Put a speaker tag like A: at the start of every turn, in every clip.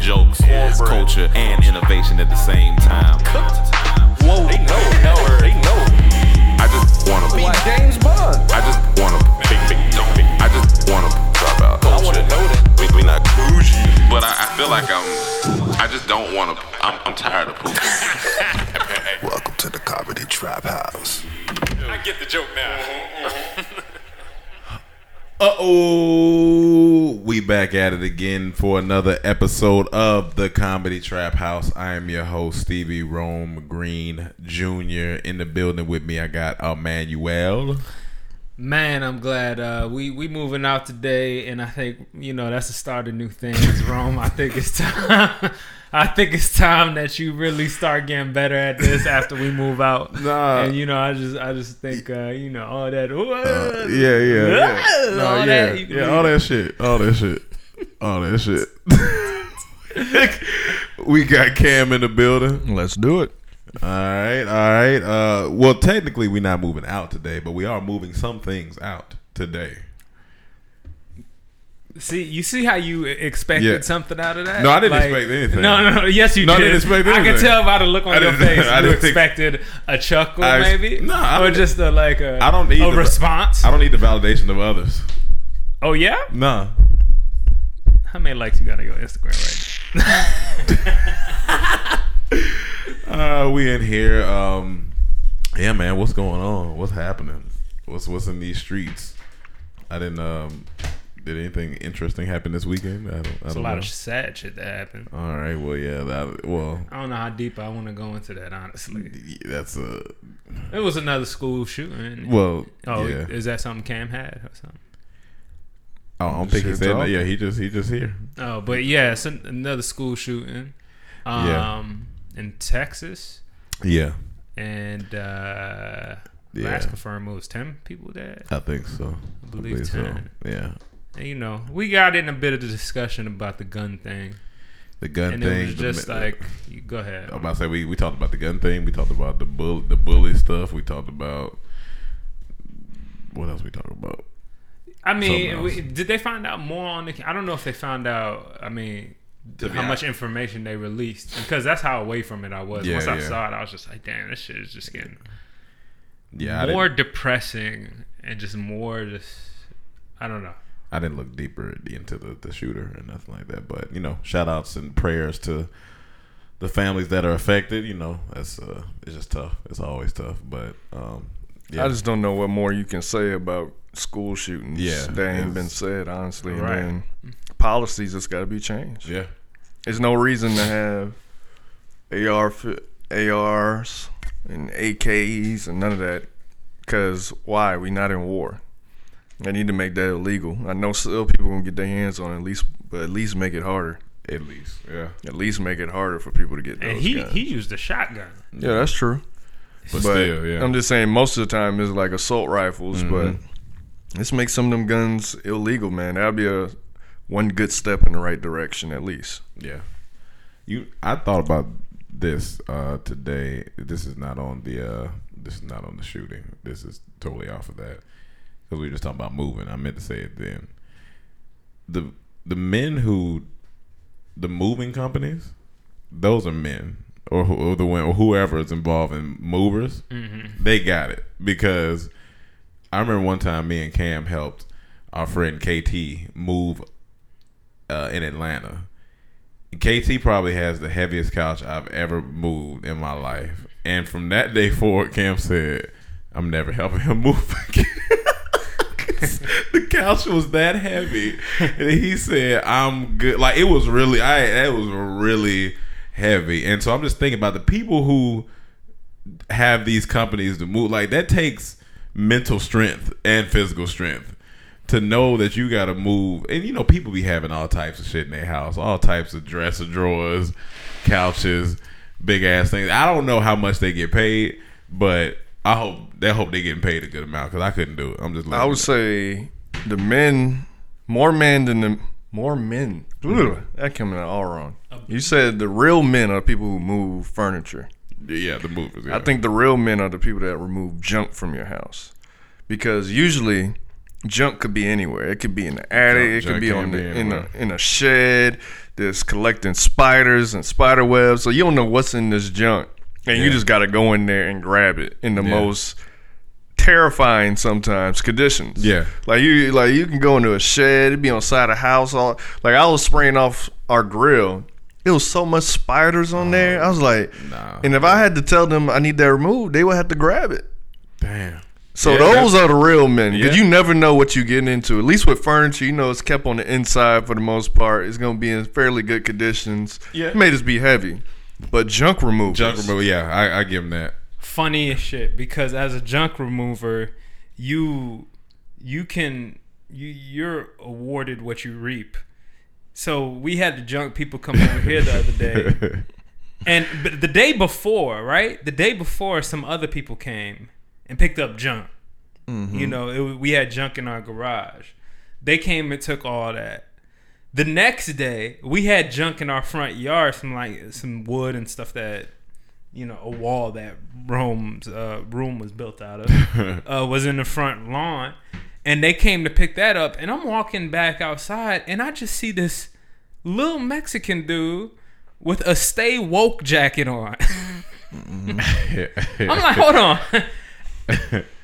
A: jokes, yes, culture, and innovation at the same time.
B: Whoa. They know, know her. They know her.
A: I just wanna be.
B: Like James Bond.
A: I just wanna big big don't big. I just wanna drop out.
B: I wanna know that.
A: We, we not bougie, but I, I feel like I'm. I just don't wanna. I'm, I'm tired of pooping.
C: Welcome to the Comedy Trap House.
B: I get the joke now.
D: Uh oh, we back at it again for another episode of the Comedy Trap House. I am your host Stevie Rome Green Jr. In the building with me, I got Emmanuel.
E: Man, I'm glad uh, we we moving out today, and I think you know that's the start of new things, Rome. I think it's time. I think it's time that you really start getting better at this after we move out.
D: Nah.
E: and you know, I just I just think uh, you know all that.
D: Yeah, Uh, yeah, yeah. No,
E: All
D: yeah,
E: that you can
D: yeah,
E: leave.
D: all that shit, all that shit, all that shit. we got Cam in the building.
F: Let's do it.
D: All right, all right. Uh, well, technically, we're not moving out today, but we are moving some things out today.
E: See, you see how you expected
D: Yeah.
E: something out of that?
D: No, I didn't expect anything.
E: No, no, no. Yes, you
D: No, I
E: did.
D: didn't expect
E: I can
D: anything.
E: tell by the look
D: I
E: on your
D: didn't-
E: face.
D: I
E: you
D: didn't think-
E: expected a chuckle,
D: I ex-
E: maybe.
D: No, I
E: or
D: don't-
E: just a like a,
D: I don't
E: a
D: either.
E: response.
D: I don't need the validation of others.
E: oh yeah,
D: Nah.
E: how many likes you got on your Instagram right
D: Uh, we in here. Um, yeah, man. What's going on? What's happening? What's what's in these streets? I didn't. Um, did anything interesting happen this weekend? I don't. I
E: now?
D: don't
E: A lot
D: know.
E: of sad shit that happened.
D: All right. Well, yeah. That. Well,
E: I don't know how deep I want to go into that. Honestly,
D: that's a.
E: it was another school shooting.
D: Well.
E: oh,
D: yeah.
E: is that something Cam had or something?
D: I don't think he
F: Shit's
D: said.
F: off.
D: that. Yeah. He just. He just here.
E: Oh, but yeah, it's an, another school shooting. Um,
D: Yeah.
E: in Texas.
D: Yeah.
E: and uh,
D: Yeah.
E: last confirmed it was ten people dead.
D: I think so. I
E: believe 10.
D: so. Yeah.
E: And, you know, we got in a bit of the discussion about the gun thing,
D: The gun
E: and
D: thing.
E: it was
D: the
E: just
D: ma-
E: like, you go ahead.
D: I'm about to say we, we talked about the gun thing. We talked about the bull the bully stuff. We talked about what else we talk about?
E: I
D: something
E: mean,
D: else.
E: we, did they find out more on the? I don't know if they found out. I mean.
D: To be
E: how much
D: hon-
E: information they released because that's how away from it I was.
D: Yeah,
E: Once I
D: yeah.
E: saw it, I was just like, "Damn, this shit is just getting
D: Yeah, I
E: more
D: didn't,
E: depressing and just more just I don't know."
D: I didn't look deeper into the, the shooter and nothing like that. But you know, shout outs and prayers to the families that are affected. You know, that's uh, it's just tough. It's always tough. But um, yeah,
F: I just don't know what more you can say about school shootings.
D: Yeah,
F: that ain't
D: it's-
F: been said honestly.
E: Right.
F: And then policies that's got to be changed.
D: yeah,
F: There's no reason to have AR fi- ARs and AKs and none of that. Cause why? We not in war. They need to make that illegal. I know still people gonna get their hands on it at least, but at least make it harder.
D: at least yeah.
F: At least make it harder for people to get those
E: And he
F: guns.
E: he used a shotgun.
F: yeah, that's true.
D: But,
F: But
D: still, yeah,
F: I'm just saying most of the time it's like assault rifles,
D: Mm-hmm.
F: but let's make some of them guns illegal, man. That'd be a one good step in the right direction at least.
D: Yeah. You I thought about this uh today. This is not on the uh this is not on the shooting. This is totally off of that. Cuz we were just talking about moving. I meant to say it then. The the men who the moving companies, those are men or, who, or the women, or whoever is involved in movers. They got it because I remember one time me and Cam helped our friend KT move uh, in Atlanta. KT probably has the heaviest couch I've ever moved in my life. And from that day forward, Cam said, I'm never helping him move again. 'Cause the couch was that heavy. And he said, I'm good. Like, it was really, I, that was really heavy. And so I'm just thinking about the people who have these companies to move. Like, that takes mental strength and physical strength to know that you gotta move and you know people be having all types of shit in their house all types of dresser drawers couches big ass things i don't know how much they get paid but i hope they hope they getting paid a good amount because i couldn't do it i'm just like
F: I would say the men more men than the more men. Ugh, that coming out all wrong. You said the real men are people who move furniture.
D: yeah the movers yeah.
F: I think the real men are the people that remove junk from your house. Because usually junk could be anywhere. It could be in the
D: Junk-
F: attic. it could be
D: junk can
F: on the,
D: be
F: in a
D: anywhere.
F: in a shed. That's collecting spiders and spider webs. So you don't know what's in this junk, and you
D: Yeah.
F: just got to go in there and grab it in the
D: Yeah.
F: most terrifying sometimes conditions.
D: Yeah.
F: like you like you can go into a shed. It'd be on the side of the house. All like I was spraying off our grill. It was so much spiders on there. I was like,
D: nah.
F: and if I had to tell them I need that removed, they would have to grab it.
D: Damn.
F: So
D: Yeah,
F: those are the real men because
D: Yeah.
F: you never know what you're getting into. At least with furniture, you know it's kept on the inside for the most part. It's going to be in fairly good conditions.
E: Yeah.
F: It may just be heavy, but junk removers.
D: Junk removal. Yeah, I, I give him that.
E: funny as shit because as a junk remover, you you can you you're awarded what you reap. So we had the junk people come over here the other day, and but the day before, right? The day before, some other people came and picked up junk. You know, it, wa- we had junk in our garage. They came and took all that. The next day, we had junk in our front yard, some like some wood and stuff that you know a wall that Rome's uh, room was built out of uh, was in the front lawn, and they came to pick that up. And I'm walking back outside, and I just see this little Mexican dude with a stay woke jacket on. I'm like, hold on.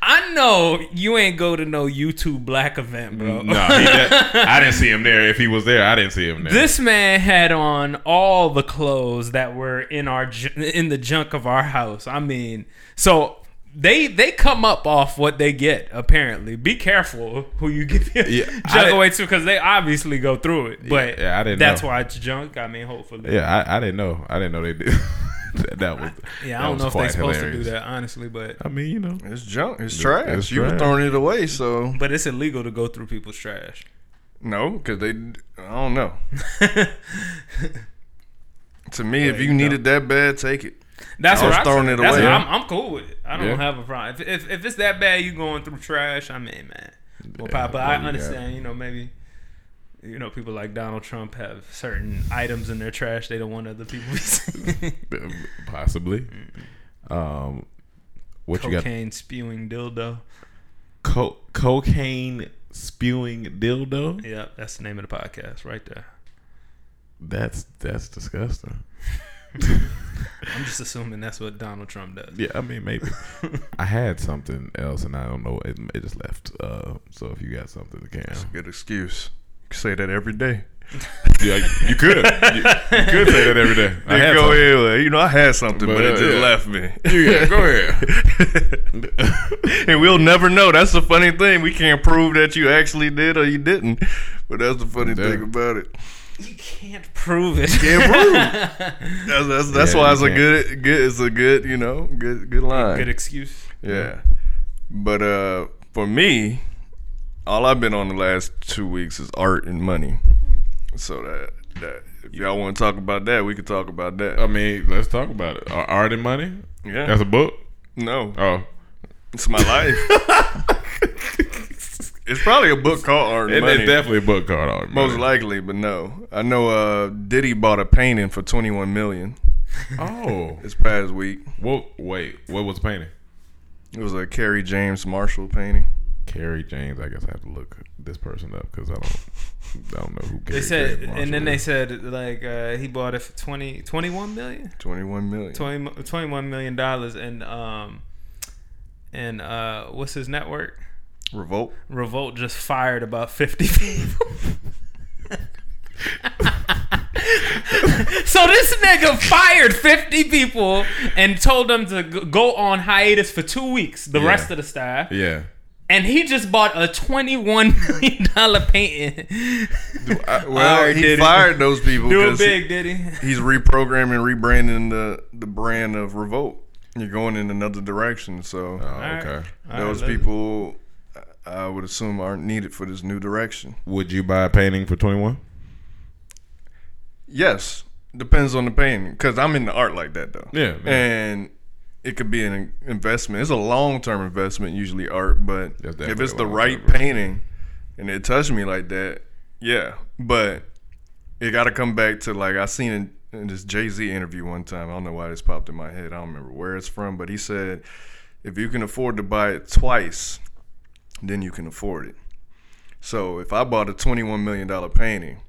E: I know you ain't go to no YouTube black event, bro.
D: No, he de- I didn't see him there. If he was there, I didn't see him there.
E: This man had on all the clothes that were in our ju- in the junk of our house. I mean, so they they come up off what they get. Apparently, be careful who you give your
D: Yeah, I
E: junk
D: didn't-
E: away to because they obviously go through it. But
D: yeah, I didn't
E: That's
D: know.
E: why it's junk. I mean, hopefully, yeah.
D: yeah, I, I didn't know. I didn't know they did. that, that was. that
E: I don't
D: was
E: know if they're
D: quite
E: supposed to
D: hilarious.
E: do that, honestly, but
D: I mean, you know.
F: It's junk. It's trash.
D: it's
F: you were
D: trash.
F: throwing it away, so
E: but it's illegal to go through people's trash.
F: no, because they. I don't know. to me, if you need it that bad, take it.
E: That's
F: I
E: what
F: was
E: I'm
F: throwing it
E: That's
F: away.
E: what I'm, I'm cool with it. I don't
D: Yeah.
E: have a problem. If, if if it's that bad, you going through trash. I mean, man. Well,
D: Yeah,
E: Papa, I
D: there you
E: understand. You know, maybe. You know, people like Donald Trump have certain items in their trash they don't want other people to see.
D: Possibly. Um, what you got?
E: Cocaine spewing dildo.
D: Co- cocaine spewing dildo.
E: Yep, that's the name of the podcast right there.
D: That's that's disgusting.
E: I'm just assuming that's what Donald Trump does.
D: Yeah, I mean maybe. I had something else and I don't know. It, it just left. Uh, so if you got something, Cam,
F: Good excuse. You can say that every day.
D: yeah, you could have. You, you could say that every day. I
F: You
D: had
F: go
D: something.
F: ahead. with it. You know, I had something, but,
D: But,
F: it
D: uh,
F: just
D: yeah.
F: left me.
D: Yeah, go ahead.
F: and we'll never know. That's the funny thing. We can't prove that you actually did or you didn't. But that's the funny
D: Damn.
F: thing about it.
E: You can't prove it.
F: Can't prove. That's that's, that's
D: Yeah,
F: why
D: you
F: it's a
D: can't.
F: good good. It's a good you know good good line.
E: Good excuse.
F: yeah. But uh, for me, all I've been on the last two weeks is art and money. So that that if y'all want to talk about that, we could talk about that.
D: I mean, let's talk about it. Ar- Art and money.
F: yeah.
D: That's a book.
F: no.
D: Oh,
F: It's my life. it's probably a book called Art and
D: it,
F: Money.
D: it's definitely a book called Art. and
F: Most
D: Money.
F: likely, but no. I know uh, Diddy bought a painting for twenty one million
D: Oh,
F: this past week.
D: well, wait. What was the painting?
F: It was a Kerry James Marshall painting.
D: Carrie James. I guess I have to look this person up because I don't. I don't know who.
E: They
D: Kerry
E: said,
D: James Marshall
E: and then they
D: is.
E: said, like, uh, he bought it for 20, 21 million?
F: Twenty one million.
E: 20, 21 million dollars and um and uh what's his network
F: Revolt.
E: revolt just fired about 50 people so this nigga fired 50 people and told them to g- go on hiatus for two weeks the
D: Yeah.
E: rest of the staff
D: Yeah.
E: and he just bought a 21 million dollar painting
F: Well,
E: Alright,
F: he
E: Diddy.
F: fired those people
E: do it
F: because
E: big did he
F: he's reprogramming, rebranding the the brand of Revolt. You're going in another direction, so
D: Oh, okay.
F: those people, I I would assume, aren't needed for this new direction.
D: Would you buy a painting for twenty one?
F: Yes, depends on the painting because I'm into art like that though.
D: Yeah, yeah.
F: and it could be an investment. It's a long term investment usually art, but
D: That's
F: if
D: definitely
F: it's
D: a
F: the
D: long-term
F: right
D: investment.
F: painting and it touched me like that, yeah. But it got to come back to like I seen in, in this Jay Z interview one time. I don't know why this popped in my head. I don't remember where it's from, but he said if you can afford to buy it twice, then you can afford it. So if I bought a twenty-one million dollar painting,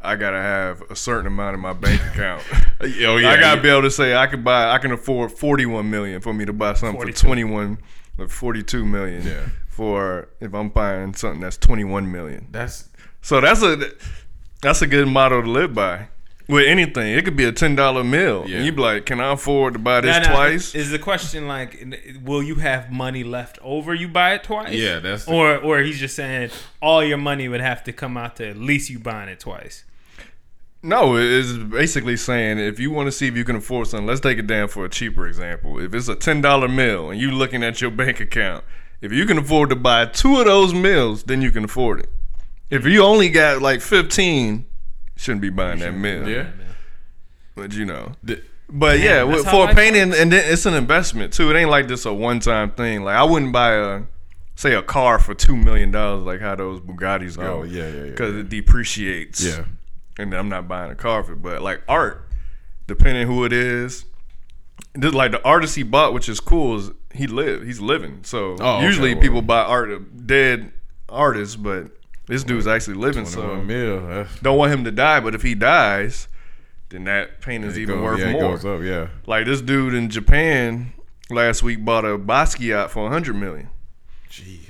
F: I gotta have a certain amount in my bank account.
D: Oh yeah,
F: I gotta
D: yeah.
F: be able to say I can buy, I can afford forty-one million for me to buy something for
E: 42.
F: twenty-one, or forty-two million.
D: Yeah.
F: For if I'm buying something that's twenty-one million.
D: That's
F: So that's a that's a good motto to live by. With anything, it could be a ten dollar meal,
D: Yeah.
F: and you be like, "Can I afford to buy this
E: Now, now,
F: twice?"
E: uh, Is the question like, will you have money left over? You buy it twice.
D: Yeah, that's the-
E: or or he's just saying all your money would have to come out to at least you buying it twice.
F: no, it's basically saying if you want to see if you can afford something, let's take it down for a cheaper example. If it's a ten dollar meal and you looking at your bank account, if you can afford to buy two of those meals, then you can afford it. If you only got like fifteen, shouldn't be buying that meal.
D: yeah.
F: but you know.
D: The-
F: But yeah, with,
E: how
F: for a
E: life
F: painting, and then it's an investment too. It ain't like this a one time thing. Like I wouldn't buy a say a car for two million dollars, like how those Bugattis go.
D: Oh, yeah, yeah, yeah,
F: because it depreciates.
D: Yeah.
F: and I'm not buying a car for. it. But like art, depending who it is, just like the artist he bought, which is cool, is he live he's living. So
D: Oh, okay,
F: usually
D: well.
F: people buy art of dead artists, but this dude's actually living. So
D: One meal. That's,
F: don't want him to die. But if he dies, then that painting's even
D: goes-
F: worth
D: yeah, it
F: more.
D: goes up, yeah.
F: Like this dude in Japan last week bought a Basquiat for 100 million.
D: Jeez.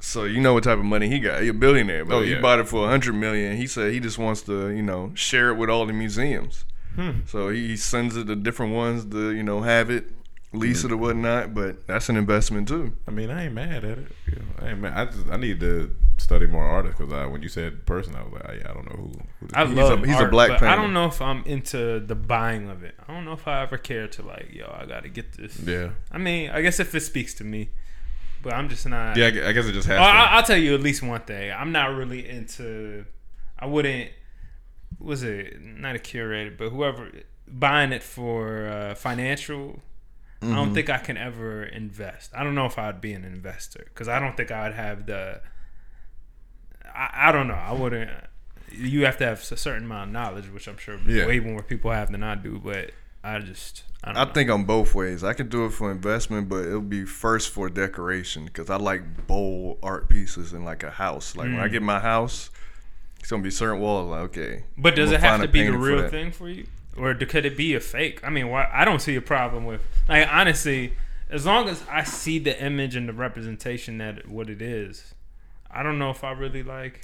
F: So you know what type of money he got. He a billionaire, but
D: Oh,
F: he
D: yeah.
F: bought it for 100 million. He said he just wants to, you know, share it with all the museums.
E: Hmm.
F: So he sends it to different ones to, you know, have it, lease
E: Hmm.
F: it or whatnot. But that's an investment too.
D: I mean, I ain't mad at it. You know, I ain't mad. I just I need to study more artists because I, when you said person, I was like, I, I don't know who. who this
E: I
D: is.
E: love
F: he's a
E: art,
F: black
E: but I
F: painter.
E: don't know if I'm into the buying of it. I don't know if I ever care to like, yo, I gotta get this.
D: Yeah.
E: I mean, I guess if it speaks to me, but I'm just not.
D: Yeah, I gu- I guess it just has
E: Well, Oh, I,
D: to.
E: I'll tell you at least one thing. I'm not really into. I wouldn't. Was it not a curator, but whoever buying it for uh, financial? I don't think I can ever invest. I don't know if I'd be an investor because I don't think I would have the. I, I don't know. I wouldn't. You have to have a certain amount of knowledge, which I'm sure
D: Yeah.
E: way more people have than I do. But I just. I, don't
F: I
E: know.
F: think I'm both ways. I could do it for investment, but it'll be first for decoration because I like bold art pieces in like a house. Like
E: Hmm.
F: when I get my house, it's gonna be certain walls. Like okay,
E: But does
F: I'm
E: it
F: gonna
E: have
F: find
E: to
F: a
E: be the
F: painting for
E: real
F: that.
E: thing for you, or d- could it be a fake? I mean, why? I don't see a problem with like honestly, as long as I see the image and the representation that what it is. I don't know if I really like.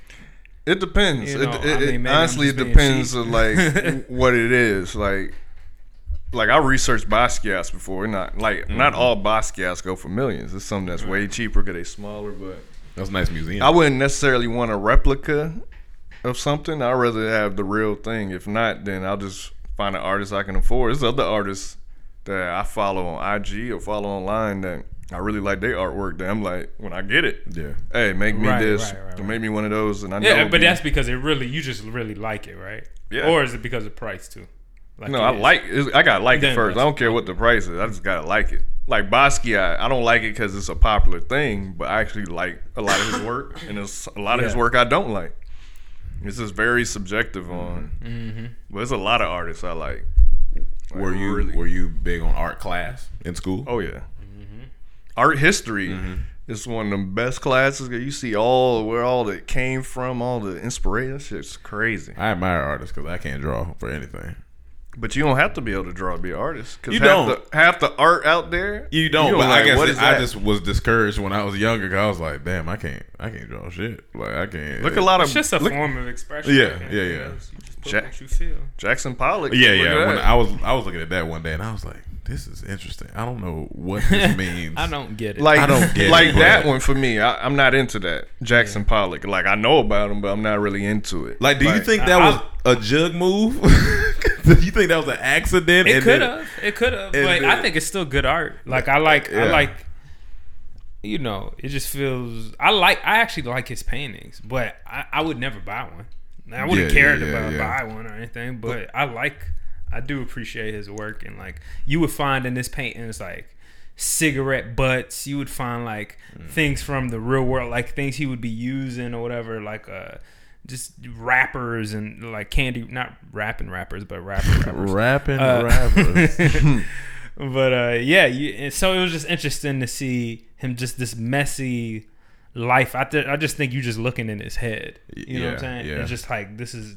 F: It depends.
E: You
F: It-
E: know,
F: it,
E: I
F: it-
E: mean, maybe I'm
F: honestly, it
E: just being
F: depends
E: cheap.
F: on like what it is. Like, like I researched Basquiat's before. Not like
E: Mm-hmm.
F: not all Basquiat's go for millions. It's something that's way cheaper because they smaller. But
D: That's a nice museum.
F: I wouldn't necessarily want a replica of something. I'd rather have the real thing. If not, then I'll just find an artist I can afford. There's other artists that I follow on IG or follow online that I really like their artwork. That I'm like, when I get it,
D: yeah.
F: hey, make me
E: Right,
F: this,
E: right, right,
F: or make me one of those, and I know.
E: Yeah,
F: it'll
E: but
F: be-
E: that's because it really you just really like it, right?
F: Yeah.
E: Or is it because of price too? Like
F: No,
E: it
F: I
E: is.
F: like it. I gotta like
E: Then
F: it first. I
E: that's-
F: don't care what the price is. I just gotta like it. Like Basquiat, I don't like it because it's a popular thing, but I actually like a lot of his work, and it's a lot of his
E: Yeah.
F: work I don't like. It's just very subjective on.
D: Mm-hmm.
F: But there's a lot of artists I like. Like,
D: Were you
F: really-
D: were you big on art class in school?
F: Oh yeah.
D: Mm-hmm.
F: Art history is one of the best classes. 'cause You see all where all that came from, all the inspiration. That shit's crazy.
D: I admire artists because I can't draw for anything.
F: But you don't have to be able to draw to be an artist. Cause
D: You
F: half
D: don't.
F: The, half the art out there.
D: You don't, but
F: like,
D: I guess
F: what is
D: I
F: that?
D: just was discouraged when I was younger. 'cause I was like, damn, I can't, I can't draw shit. Like I can't.
F: Look a lot of
E: It's just a
F: look-
E: form of expression.
D: Yeah,
E: like
D: yeah,
E: anything
D: yeah.
E: else. You just put
F: Jack-
E: what you feel.
F: Jackson Pollock.
D: Yeah,
F: Look at
D: yeah. When
F: that.
D: I was I was looking at that one day and I was like, this is interesting. I don't know what this means.
E: I don't get it.
F: like
D: I don't get it,
F: like
D: but-
F: that one for me. I, I'm not into that Jackson Pollock. Like I know about him, but I'm not really into it.
D: Like, do you think that
E: I-
D: was a jug move? do you think that was an accident?
E: It
D: and
E: could
D: then-
E: have. It could have.
D: and
E: But
D: then-
E: I think it's still good art. Like I like.
D: Yeah.
E: I like. You know, it just feels. I like. I actually like his paintings, but I, I would never buy one. I wouldn't
D: Yeah,
E: care
D: yeah,
E: to
D: yeah,
E: buy,
D: yeah.
E: buy one or anything. But I like. I do appreciate his work, and like you would find in this paintings like cigarette butts. You would find like
D: Mm.
E: things from the real world, like things he would be using or whatever, like uh. Just rappers and like candy, not rapping rappers, but rapper rappers.
D: Rapping
E: Uh,
D: rappers.
E: but uh, yeah, you, and so it was just interesting to see him just this messy life. I th- I just think you just looking in his head. You know what I'm
D: Yeah,
E: saying?
D: yeah.
E: It's just like this is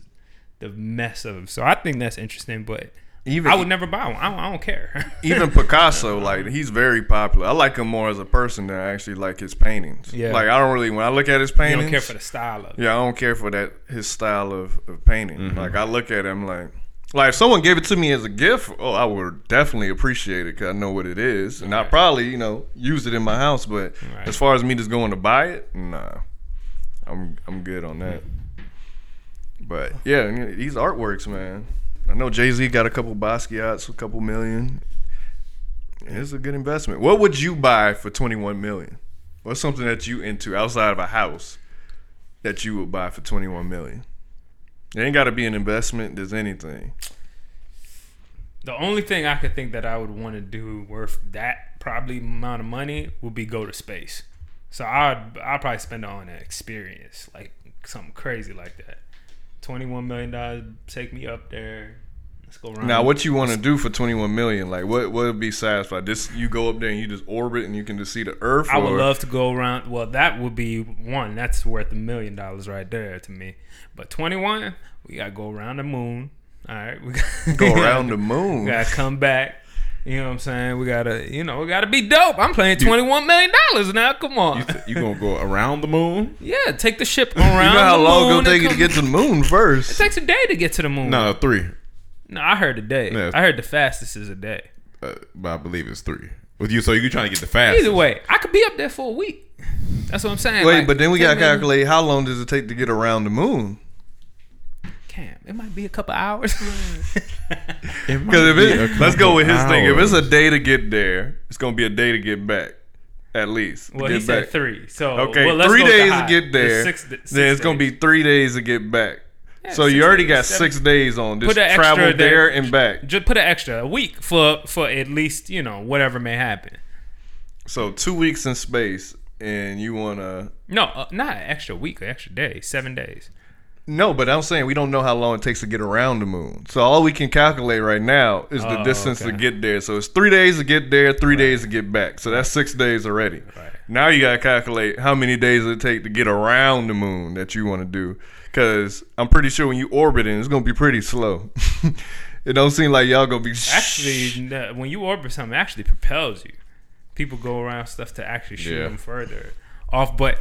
E: the mess of. So I think that's interesting, but
F: Even
E: I would never buy one. I don't, I don't care.
F: even Picasso, like he's very popular. I like him more as a person than I actually like his paintings.
E: Yeah.
F: Like I don't really when I look at his paintings.
E: you don't care for the style of it.
F: Yeah, I don't care for that his style of, of painting.
D: Mm-hmm.
F: Like I look at him like like if someone gave it to me as a gift, oh, I would definitely appreciate it because I know what it is, and I probably you know use it in my house. But
E: Right.
F: as far as me just going to buy it, nah, I'm I'm good on that. But yeah, I mean, these artworks, man. I know Jay Z got a couple Basquiat's, a couple million. It's a good investment. What would you buy for twenty one million? What's something that you into outside of a house that you would buy for twenty one million? It ain't got to be an investment. There's anything.
E: The only thing I could think that I would want to do worth that probably amount of money would be go to space. So I'd I'd probably spend it on an experience like something crazy like that. Twenty one million dollars, take me up there. Let's go around.
F: Now, what you want to do for twenty one million? Like, what what would be satisfied? This you go up there and you just orbit and you can just see the Earth.
E: I would
F: or-
E: love to go around. Well, that would be one. That's worth a million dollars right there to me. But twenty one, we gotta go around the moon. All right, we gotta,
F: go around the moon.
E: We gotta come back. You know what I'm saying? We gotta, you know, we gotta be dope. I'm playing twenty one million dollars now. Come on,
D: You gonna go around the moon?
E: yeah, take the ship around.
F: You know how
E: the
F: long
E: moon
F: it'll
E: and
F: take you to
E: come-
F: get to the moon
E: It
F: first?
E: takes a day to get to the moon.
D: No, Uh, three.
E: no, I heard a day.
D: Yeah.
E: I heard the fastest is a day.
D: Uh, but I believe it's three. With you, so you trying to get the fast?
E: Either way, I could be up there for a week. That's what I'm saying.
F: Wait,
E: Like,
F: but then we
E: take
F: gotta
E: me-
F: calculate how long does it take to get around the moon?
E: Cam, it might be a couple hours.
F: Because if it, let's go with his thing. If it's a day to get there, it's gonna be a day to get back, at least. to
E: well,
F: get
E: he said
F: back.
E: three. So
F: Okay,
E: well, let's
F: three
E: go with the
F: days to
E: high.
F: get there.
E: It's Six, d- six
F: then it's gonna
E: days.
F: be three days to get back. so
E: six
F: you already
E: days,
F: got
E: seven-
F: six days on just
E: Put an extra
F: travel
E: day-
F: there and back.
E: just put an extra a week for for at least you know whatever may happen.
F: So two weeks in space, and you wanna
E: No, uh, not an extra week, an extra day, seven days.
F: no, but I'm saying we don't know how long it takes to get around the moon. So all we can calculate right now is the
E: Oh,
F: distance to
E: okay.
F: get there. So it's three days to get there, three days to get back. So that's six days already.
E: Right.
F: Now you gotta calculate how many days it take to get around the moon that you want to do. Because I'm pretty sure when you orbiting, it's gonna be pretty slow. it don't seem like y'all gonna be
E: Actually, no, when you orbit something, it actually propels you. People go around stuff to actually shoot
D: Yeah.
E: them further off, but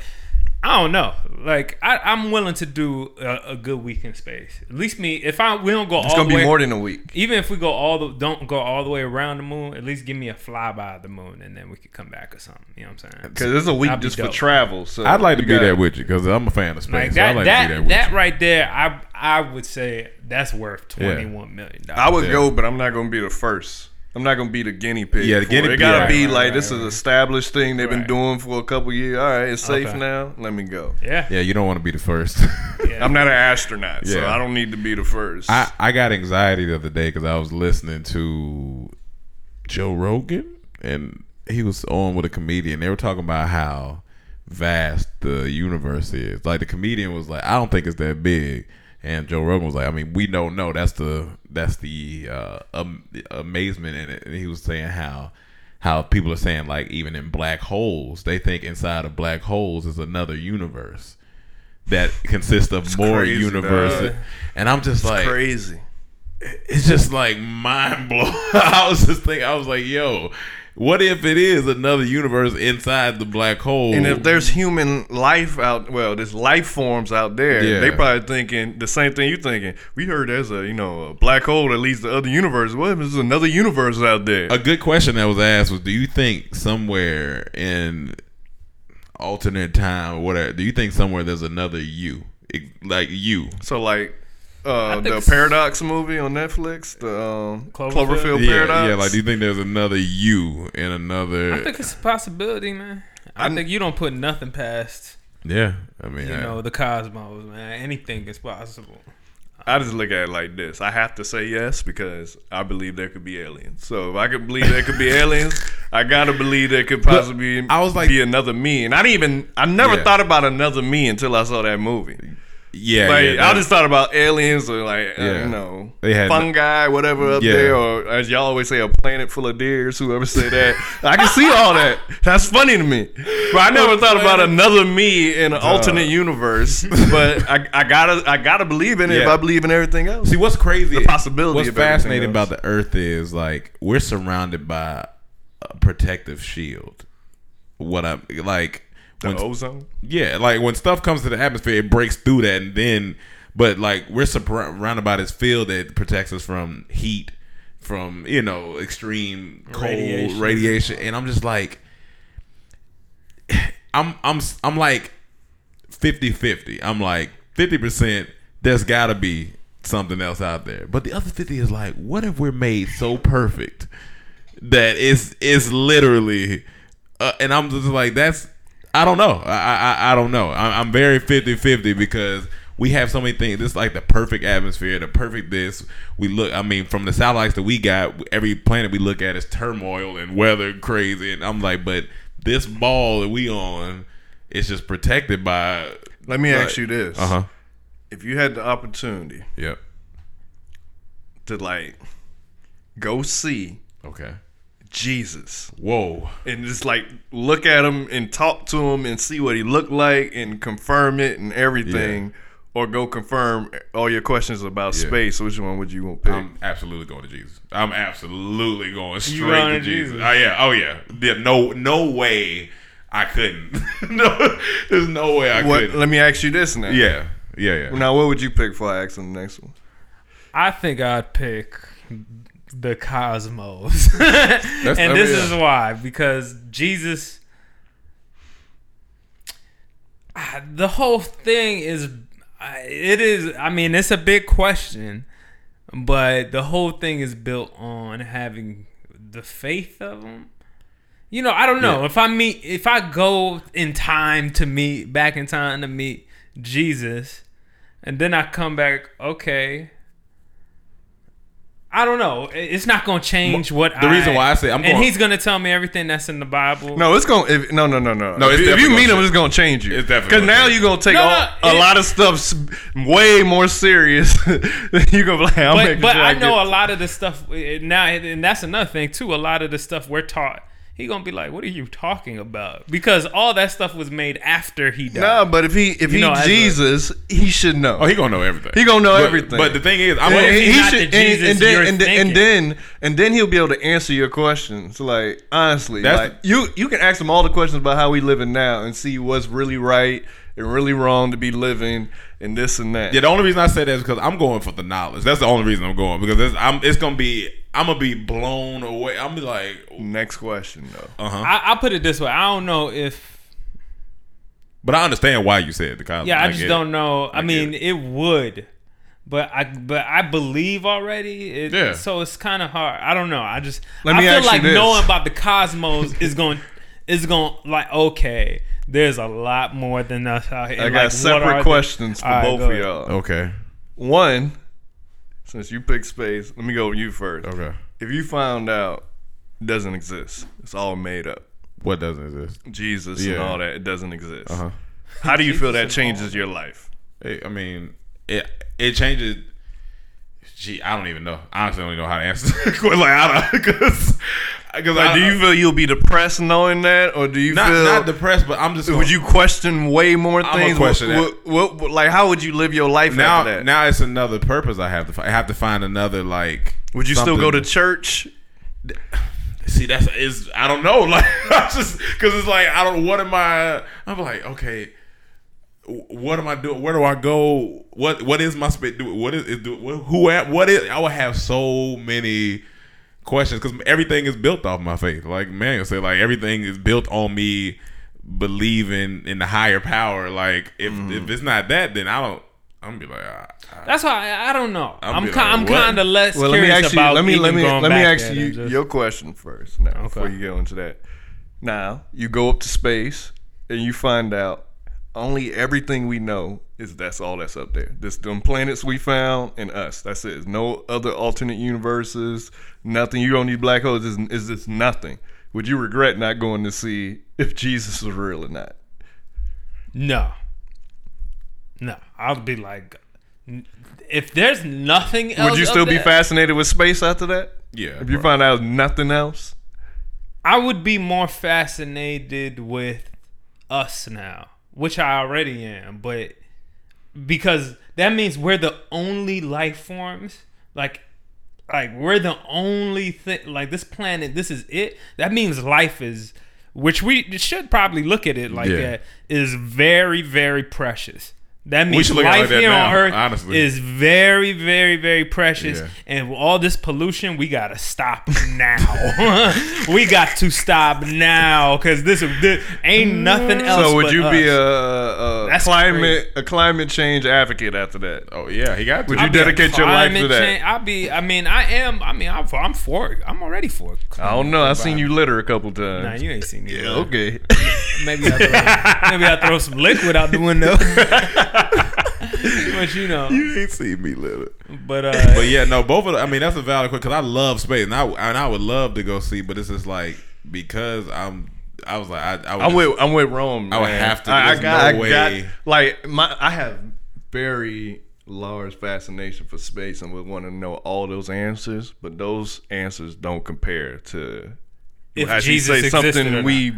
E: I don't know. Like I, I'm willing to do a, a good week in space. At least me, if I we don't go
F: It's
E: all the
F: gonna be
E: way,
F: more than a week.
E: even if we go all the don't go all the way around the moon, at least give me a flyby of the moon, and then we could come back or something. You know what I'm saying?
F: Because it's a week
E: That'd be
F: just for
E: dope.
F: travel. So
D: I'd like to
F: you
D: be
F: got-
D: there with you because I'm a fan of space.
E: Like
D: so
E: that,
D: I'd like
E: that,
D: to be there
E: that,
D: with you.
E: right there, I I would say that's worth twenty one million
F: I
E: dollars.
F: would
D: Yeah.
F: go, but I'm not going to be the first. I'm not going to be the guinea pig.
D: Yeah, the
F: for
D: guinea
F: it. It
D: pig.
F: got to
D: Right,
F: be
D: right,
F: like
E: right,
F: this is established thing they've been
E: Right.
F: doing for a couple years. All right, it's safe
E: Okay.
F: now. Let me go.
E: Yeah,
D: Yeah, you don't want to be the first.
F: I'm not an astronaut, so
D: Yeah.
F: I don't need to be the first.
D: I, I got anxiety the other day because I was listening to Joe Rogan and he was on with a comedian. They were talking about how vast the universe is. Like the comedian was like, I don't think it's that big. And Joe Rogan was like, I mean, we don't know. That's the that's the uh, am- amazement in it. And he was saying how how people are saying like even in black holes, they think inside of black holes is another universe that consists of more
F: crazy, dog.
D: universes. And I'm just like,
F: Crazy.
D: it's just like mind blowing. I was just thinking, I was like, yo, what if it is another universe inside the black hole?
F: And if there's human life out, well, there's life forms out there.
D: Yeah.
F: They probably thinking the same thing you thinking. We heard there's a you know a black hole that leads to other universes. What if there's another universe out there?
D: a good question that was asked was, do you think somewhere in alternate time or whatever, do you think somewhere there's another you? It- Like you,
F: So like uh,
E: think
F: the
E: s-
F: Paradox movie on Netflix, the um,
E: Cloverfield?
F: Cloverfield,
D: yeah,
F: Paradox.
D: yeah. Like, do you think there's another you in
E: I
D: another?
E: think it's a possibility, man. I think you don't put nothing past
D: yeah, I mean,
E: you
D: I-
E: know the cosmos, man. Anything is possible.
F: I just look at it like this. I have to say yes because I believe there could be aliens. So if I could believe there could be aliens, I gotta believe there could possibly
D: I was like-
F: be another me. And I didn't even I never
D: Yeah.
F: thought about another me until I saw that movie.
D: yeah,
F: like
D: yeah,
F: I
D: that-
F: just thought about aliens or like I
D: Yeah.
F: don't know
D: They had-
F: fungi, whatever up
D: Yeah.
F: there, or as y'all always say, a planet full of deers. Whoever say that, I can see all that. That's funny to me. But I never thought about another me in an alternate universe. But I, I gotta I gotta believe in it if
D: Yeah.
F: I believe in everything else.
D: See what's crazy,
F: The possibility
D: What's
F: of everything
D: fascinating
F: else.
D: about the Earth is like we're surrounded by a protective shield. What I'm like when
F: ozone.
D: yeah, like when stuff comes to the atmosphere, it breaks through that, and then but like we're surpro- surrounded by this field that protects us from heat, from you know extreme cold
E: Radiation.
D: radiation, and I'm just like, I'm I'm I'm like 50-50. I'm like fifty percent. There's got to be something else out there, but the other fifty is like, what if we're made so perfect? that is is literally uh, and i'm just like that's i don't know i i, I don't know I, i'm very 50 50 because we have so many things this is like the perfect atmosphere the perfect this we look i mean from the satellites that we got every planet we look at is turmoil and weather crazy and i'm like but this ball that we on is just protected by
F: Let me
D: Right.
F: ask you this:
D: uh-huh
F: If you had the opportunity
D: yep
F: to like go see
D: okay
F: Jesus
D: whoa
F: and just like look at him and talk to him and see what he looked like and confirm it and everything, or go confirm all your questions about
D: Yeah.
F: space. Which one would you want to pick?
D: I'm absolutely going to Jesus. I'm absolutely going straight
E: going
D: to
E: to
D: Jesus.
E: Jesus.
D: Oh yeah, oh yeah. There- no, no way I couldn't. no, there's no way I
F: what?
D: couldn't.
F: Let me ask you this now.
D: yeah, yeah, yeah.
F: Now, what would you pick for I ask him the next one?
E: I think I'd pick the cosmos. and
D: I
E: this
D: mean,
E: is
D: oh, yeah.
E: why because Jesus Ah, the whole thing is I- it is I mean it's a big question, but the whole thing is built on having the faith of them. You know, I don't know. If I meet if I go in time to meet back in time to meet Jesus, and then I come back, okay. I don't know. It- It's not going to change what
D: the
E: I,
D: reason why I say I'm
E: and
D: going-
E: he's going to tell me everything that's in the Bible.
F: No, it's gonna. If, no, no, no, no.
D: No,
F: if,
D: it's
F: if you
D: definitely
F: meet
D: gonna
F: him, it's gonna change you.
D: It's definitely
F: because
D: gonna
F: now
D: change
F: you're gonna take
E: No,
F: all,
E: no,
F: a
E: it-
F: lot of stuff s- way more serious. than you're gonna be like, I'm
E: but but I know a lot of the stuff eh, now, and that's another thing too. A lot of the stuff we're taught, he gonna be like, "What are you talking about?" Because all that stuff was made after he died.
F: No, but if he if he
E: know, as a-
F: Jesus, he should know.
D: Oh, he gonna know everything.
F: He gonna know
D: But-
F: everything.
D: But the thing is, I'm
E: Yeah,
D: gonna,
E: he-
D: he,
E: not the Jesus
F: and, then,
E: you're
F: and, then, and
E: thinking.
F: then and then he'll be able to answer your questions. Like honestly,
D: That's-
F: like, you you can ask him all the questions about how we living now and see what's really right and really wrong to be living and this and that.
D: yeah. The only reason I say that is because I'm going for the knowledge. That's the only reason I'm going because it's, I'm. It's gonna be. I'm gonna be blown away. I'm be like,
F: Next question though.
E: I, I put it this way: I don't know if
D: but I understand why you said the college.
E: yeah, I,
D: get
E: just
D: it.
E: don't know. I,
D: get
E: mean, it. would, but I but I believe already. It,
D: Yeah.
E: So it's kind of hard. I don't know. I just
F: Let
E: I
F: me
E: feel
F: ask you
E: like
F: this.
E: knowing about the cosmos is going is going like okay. There's a lot more than us out here.
F: I got separate questions for
E: All right,
F: both
E: go
F: of
E: ahead.
F: y'all.
D: Okay.
F: One, since you picked space, let me go with you first.
D: Okay.
F: If you found out it doesn't exist, it's all made up.
D: What doesn't exist?
F: Jesus and
D: Yeah.
F: all that, it doesn't exist.
D: Uh-huh.
F: How do you feel that changes your life?
D: It, I mean, it it changes. Gee, I don't even know. Honestly, I don't even know how to answer. that question. like, I don't because because
F: Like, do you feel you'll be depressed knowing that, or do you
D: not
F: feel
D: not depressed? But I'm just. Gonna,
F: would you question way more
D: I'ma
F: things?
D: question that.
F: what, what, what- like how would you live your life
D: now?
F: after that?
D: Now it's another purpose. I have to. Find. I have to find another like.
F: would you still go to
D: something-
F: church?
D: See, that's is I don't know. Like, I just because it's like I don't. What am I? I'm like, okay, wh- what am I doing? Where do I go? What What is my space? Do what is, is do, wh- who? Am, what is? I would have so many questions because everything is built off my faith. Like Manuel said, like everything is built on me believing in the higher power. Like if
F: Mm-hmm.
D: if it's not that, then I don't. I'm gonna be like, ah, ah.
E: That's why I, I don't know.
D: I'll
E: I'm
D: be
E: ki-
D: like,
E: I'm
D: what?
E: kind of less
F: Well, let me
E: curious
F: ask you.
E: about.
F: Let me
E: even
F: let me
E: going
F: let me
E: back
F: ask
E: there
F: you
E: than just-
F: your question first now before you go into that. Now you go up to space and you find out only everything we know is that's all that's up there. This them planets we found and us. That's it. There's no other alternate universes. Nothing. You don't need black holes. Is is just nothing. Would you regret not going to see if Jesus was real or not?
E: no. No, I'll be like, n- if there's nothing else,
F: Would you
E: up
F: still be
E: there-
F: fascinated with space after that?
D: Yeah.
F: If
D: probably.
F: you find out nothing else,
E: I would be more fascinated with us now, which I already am, but because that means we're the only life forms, like like we're the only thing like this planet, this is it. That means life is which we should probably look at it like
D: Yeah.
E: that is very very precious. That means
D: should look at it
E: life
D: like that
E: here
D: now,
E: on Earth
D: honestly.
E: is very, very, very precious.
D: Yeah.
E: And with all this pollution, we gotta stop now. we got to stop now because this, this ain't nothing else.
F: so would
E: but
F: you be
E: us.
F: a, a
E: That's
F: climate a climate change advocate after that?
D: Oh yeah, he got. To.
F: Would you dedicate your life to
E: Climate change-
F: that?
E: I be. I mean, I am. I mean, I'm for. I'm for it. I'm already for it.
F: I don't know. I've seen you litter a couple times.
E: Nah, you ain't seen me.
F: Yeah, okay.
E: Maybe I throw, maybe I throw some liquid out the window. but you know.
D: You ain't seen me litter.
E: But uh.
D: But yeah, no, both of the, I mean that's a valid question because I love space and I and I would love to go see, but it's just like because I'm I was like I I would
F: I'm
D: just-
F: with I'm with Rome.
D: I would
F: man.
D: have to. There's no way.
F: like my I have very large fascination for space and would want to know all those answers, but those answers don't compare to
E: If
F: as you
E: Jesus
F: say
E: existed or
F: something
E: not.
F: we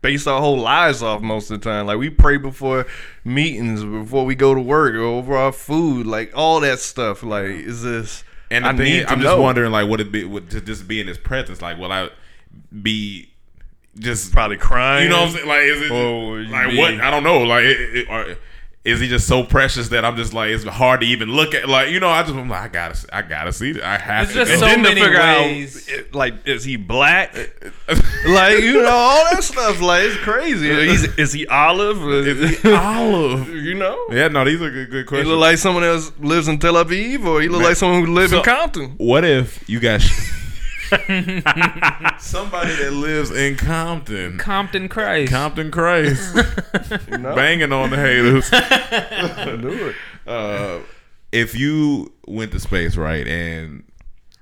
F: base our whole lives off most of the time. Like we pray before meetings, before we go to work, or over our food, like all that stuff. Like is this?
D: and the
F: I
D: thing
F: need
D: is,
F: to
D: I'm just
F: know.
D: wondering like would it be would to just be in his presence like will I be just
F: Probably crying.
D: you know what I'm saying like is it
F: Oh, you
D: like
F: mean-
D: what I don't know like it, it, or, is he just so precious that I'm just like it's hard to even look at like you know I just I'm like I gotta see- I gotta see it I have
E: It's
D: to
E: just
D: go.
E: so
F: then to
E: many
F: figure
E: ways.
F: out, it- like, is he black? like, you know, all that stuff. Like, it's crazy. He's, is he olive? Is he olive? You know,
D: yeah no these are good good
F: he
D: questions
F: look like someone else lives in Tel Aviv, or he look like someone who lives
D: So-
F: in Compton.
D: What if you got sh- somebody that lives in Compton,
E: Compton Christ.
D: Compton Christ,
F: You know?
D: banging on the haters?
F: do it.
D: Uh, if you went to space, right, and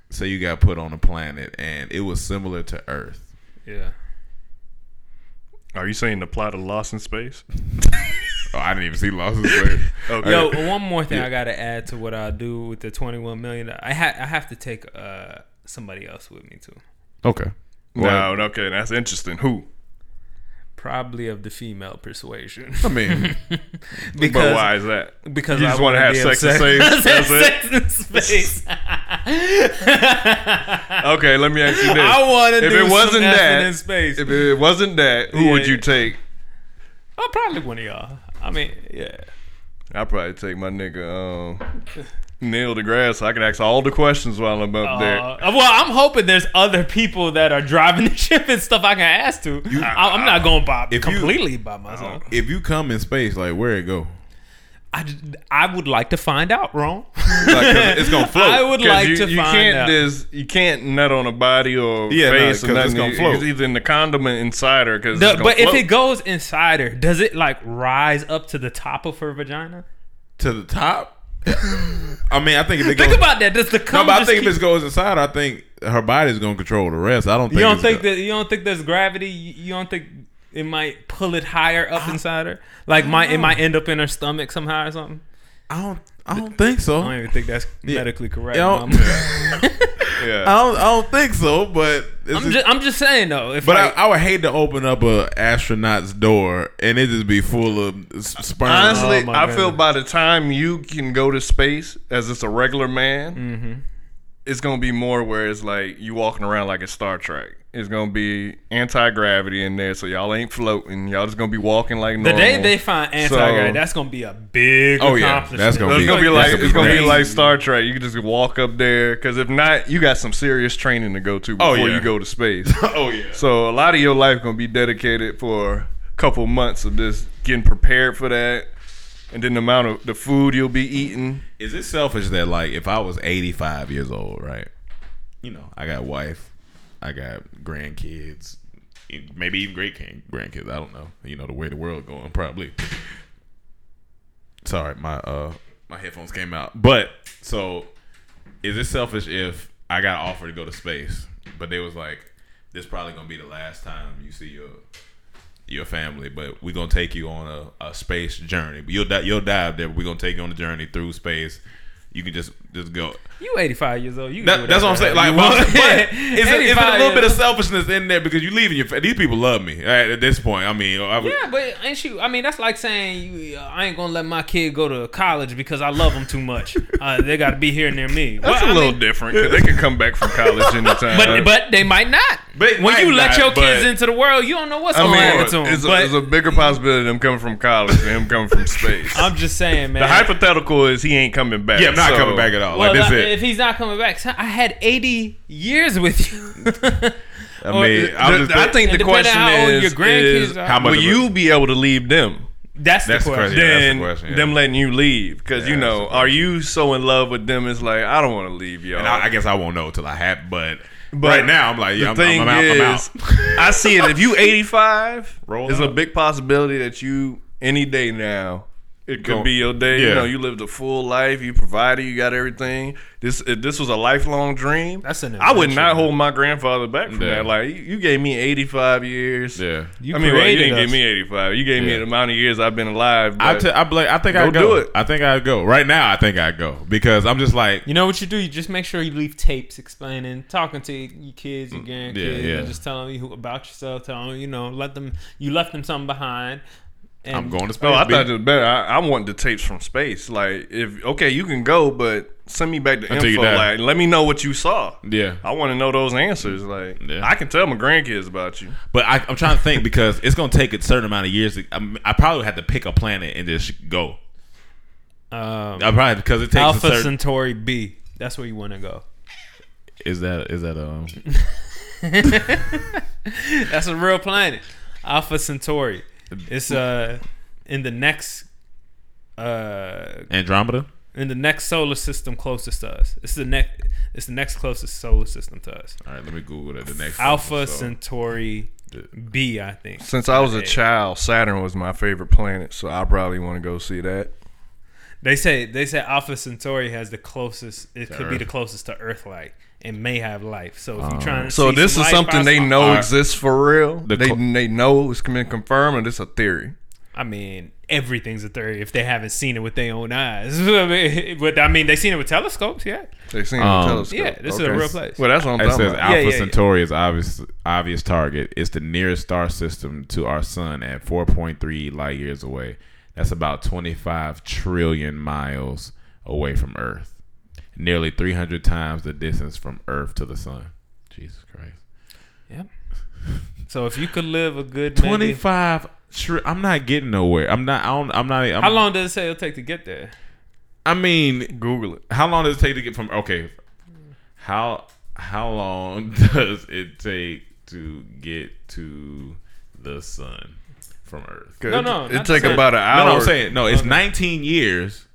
D: say you got put on a planet and it was similar to Earth,
E: yeah.
F: Are you saying the plot of Lost in Space?
D: oh, I didn't even see Lost in Space.
F: Okay.
E: Yo, one more thing I gotta add to what I do with the twenty one million. I ha- I have to take uh somebody else with me too.
D: okay,
F: No, okay, that's interesting. Who?
E: Probably of the female persuasion.
D: I mean,
F: But
E: because
F: why is that?
E: because
F: You
E: I
F: just wanna
E: wanna
F: have
E: be
F: sex in
E: upset.
F: space? That's
E: Sex
F: it?
E: in space.
F: Okay, let me ask you this.
E: I wanna
F: If
E: do
F: it wasn't
E: some effing
F: that-
E: in space.
F: if it wasn't that, who would you take?
E: oh, probably one of y'all. I mean, yeah.
F: I probably take my nigga um, Neil deGrasse. So I can ask all the questions while I'm up there.
E: Uh, well, I'm hoping there's other people that are driving the ship and stuff I can ask to. I, I'm not going by
D: If you-
E: completely by myself.
F: Oh.
D: if you come in space, like where it go?
E: I, just- I would like to find out, Ron.
D: Like, 'cause it's gonna float.
E: I would
F: 'Cause
E: like
F: you,
E: to
F: you
E: find
F: can't
E: out.
F: Dis, you can't nut on a body or
D: Yeah, nah,
F: face
D: 'cause
F: or
D: it's
F: nothing.
D: gonna
F: You-
D: float.
F: It's either in the condiment inside her because
E: The- but if it goes inside her, does it like rise up to the top of her vagina?
D: To the top? I mean, I think if it
E: Think
D: goes-
E: about that. Does the cum
D: No, but I
E: just
D: think
E: keep-
D: if it goes inside, I think her body's gonna control the rest. I don't
E: you
D: think
E: don't
D: it's
E: think
D: gonna-
E: that you don't think there's gravity? You you don't think it might pull it higher up inside her? Like might it might end up in her stomach somehow or something?
D: I don't. I don't think so.
E: I don't
D: I
E: even think that's medically correct.
D: Yeah,
E: Mom.
F: yeah.
D: don't. I don't think so. But it's
E: I'm
D: just-
E: just I'm just saying though. If
D: but
E: like,
D: I, I would hate to open up a astronaut's door and it just be full of s- sperm.
F: Honestly,
E: Oh, my
F: I feel
E: goodness.
F: by the time you can go to space as just a regular man,
E: Mm-hmm.
F: it's gonna be more where it's like you walking around like it's Star Trek. It's gonna be anti gravity in there, so y'all ain't floating. Y'all just gonna be walking like
E: the
F: normal.
E: day they find anti
F: So-
E: gravity, that's gonna be a big
D: Oh, yeah.
E: accomplishment.
D: That's gonna
F: It's gonna be
D: That's
F: like
D: gonna be
F: it's gonna be
D: crazy.
F: like Star Trek. You can just walk up there because if not, you got some serious training to go to before
D: Oh, yeah.
F: you go to space.
D: oh yeah.
F: so a lot of your life gonna be dedicated for a couple months of just getting prepared for that, and then the amount of the food you'll be eating.
D: Is it selfish that like if I was eighty five years old, right? You know, I got wife, I got grandkids, maybe even great grand- grandkids. I don't know. You know the way the world going, probably. Sorry, my uh my headphones came out. But so, is it selfish if I got offered to go to space, but they was like, "This probably gonna be the last time you see your your family, but we're gonna take you on a, a space journey. But you'll di- you'll dive there. But we're gonna take you on a journey through space. You can just just go.
E: You 85 years old. You can do
D: That, that's what I'm saying.
E: whatever
D: Like,
E: you
D: but,
E: want.
D: but it's, a, it's a
E: 85
D: little bit
E: years
D: of selfishness in there because you leaving your. fa- These people love me at, at this point. I mean, I, would-
E: Yeah, but ain't you? I mean, that's like saying you, uh, I ain't gonna let my kid go to college because I love them too much. Uh, they got to be here near me.
F: That's
E: Well, I
F: a little
E: mean,
F: different 'cause they can come back from college anytime.
E: but but they might not.
D: But it
E: when you
D: might
E: let
D: not,
E: your kids
D: but-
E: into the world, you don't know what's
F: I
D: oh,
E: gonna
F: mean,
E: happen to them.
F: it's, a,
E: but
F: it's a bigger possibility of them coming from college than him coming from space.
E: I'm just saying, man.
F: the hypothetical is he ain't coming back.
D: yeah, I'm not
F: so-
D: coming back at all.
E: well,
D: like that's
E: that-
D: it.
E: if he's not coming back, son, I had 80 years with you.
D: I mean, I, was
F: The-
D: just
F: I think the
E: And depending
F: question
E: on how old
F: is,
E: your grandkids
F: is
E: are.
D: How much
F: will
D: of a-
F: you be able to leave them?
E: that's,
D: That's
E: the question.
D: crazy. Yeah, that's the
F: than
D: question, yeah.
F: them letting you leave. Because,
D: Yeah,
F: you
D: that's the
F: know, are you so in love with them? It's like, I don't want to leave y'all.
D: and I, I guess I won't know till I have. But,
F: uh, But
D: right now, I'm like, yeah, I'm,
F: the
D: I'm,
F: thing
D: I'm out. I'm
F: is,
D: out.
F: I see it. If you 85,
D: Roll
F: it's a
D: up.
F: big possibility that you, any day now, it could
D: Go-
F: be your day. You
D: yeah.
F: know, you lived a full life. You provided. You got everything. This if this was a lifelong dream.
E: That's an
F: I would
E: adventure.
F: not hold my grandfather back from
D: Yeah.
F: that. Like you, you gave me eighty five years.
D: Yeah.
E: You
F: I mean, well, you
E: created
F: didn't give
E: us.
F: me eighty five. You gave me
D: Yeah.
F: the amount of years I've been alive.
D: I,
F: but-
D: t- I, bla- I think
F: Go
D: I go.
F: do it.
D: I think I go right now. I think I go because I'm just like
E: You know what you do? You just make sure you leave tapes explaining, talking to your kids, your grandkids,
D: Mm, yeah.
E: and just telling you who- about yourself. Tell them, you know, let them. You left them something behind. And
D: I'm going to space.
F: Oh, I
D: B.
F: thought it was better. I, I want the tapes from space. Like, if okay, you can go, but send me back the
D: Until you
F: info.
D: die.
F: Like, let me know what you saw.
D: Yeah.
F: I want to know those answers. Like,
D: Yeah.
F: I can tell my grandkids about you.
D: But I, I'm trying to think because it's gonna take a certain amount of years. To, I'm- I, probably would have to pick a planet and just go.
E: Um,
D: I probably because it takes
E: Alpha
D: a certain.
E: Centauri B. That's where you want to go.
D: Is that is that um?
E: That's a real planet. Alpha Centauri. It's uh in the next uh
D: Andromeda?
E: in the next solar system closest to us. It's the next it's the next closest solar system to us.
D: All right, let me Google that. The next
E: Alpha
D: one, so-
E: Centauri B, I think.
F: Since I was a child, Saturn was my favorite planet, so I probably want to go see that.
E: They say they say Alpha Centauri has the closest. It could be
D: Earth.
E: the closest to Earth light and may have life. So if you're trying to
F: So
E: see
F: this
E: some
F: is
E: life
F: something they
E: possible-
F: know
D: Alright.
F: exists for real.
D: The
F: they
D: cl-
F: they know it's been confirmed, and it's a theory.
E: I mean, everything's a theory if they haven't seen it with their own eyes. I mean, but I mean, they seen it with telescopes. Yeah,
F: They seen
D: Um,
F: the telescope.
E: yeah. This is a real place.
F: Well, that's what I'm
D: It
F: talking
D: says
F: about.
D: Alpha
E: yeah, yeah.
D: Centauri is obvious obvious target. It's the nearest star system to our sun at 4.3 light years away. That's about 25 trillion miles away from Earth. Nearly 300 times the distance from Earth to the sun. Jesus Christ.
E: yeah. So if you could live a good maybe,
D: 25 tri- I'm not getting nowhere. I'm not I don't, I'm not I'm,
E: how long does it say it'll take to get there?
D: I mean,
F: Google it.
D: how long does it take to get from okay how how long does it take to get to the sun from earth
E: No, no,
F: It
E: not
F: take
E: the sun.
F: about an
D: no,
F: hour.
D: no i'm saying no it's 19 years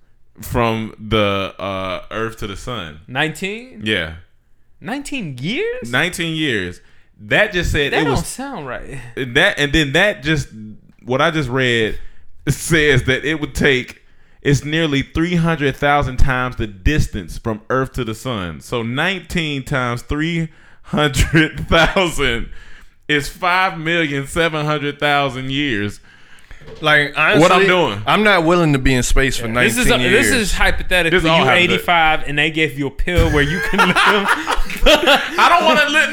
D: from the uh earth to the sun
E: Mm. 19?
D: yeah
E: 19 years?
D: 19 years that just said
E: that
D: it
E: don't
D: was
E: sound right.
D: And that and then that just what I just read says that it would take it's nearly 300,000 times the distance from Earth to the sun. So 19 times 300,000 is 5,700,000 years.
F: Like honestly,
D: What I'm doing.
F: I'm not willing to be in space for 19
E: This is a,
F: years.
E: this is hypothetical.
D: This all
E: you
D: hypothetical.
E: 85 and they gave you a pill where you can live.
D: I don't want to live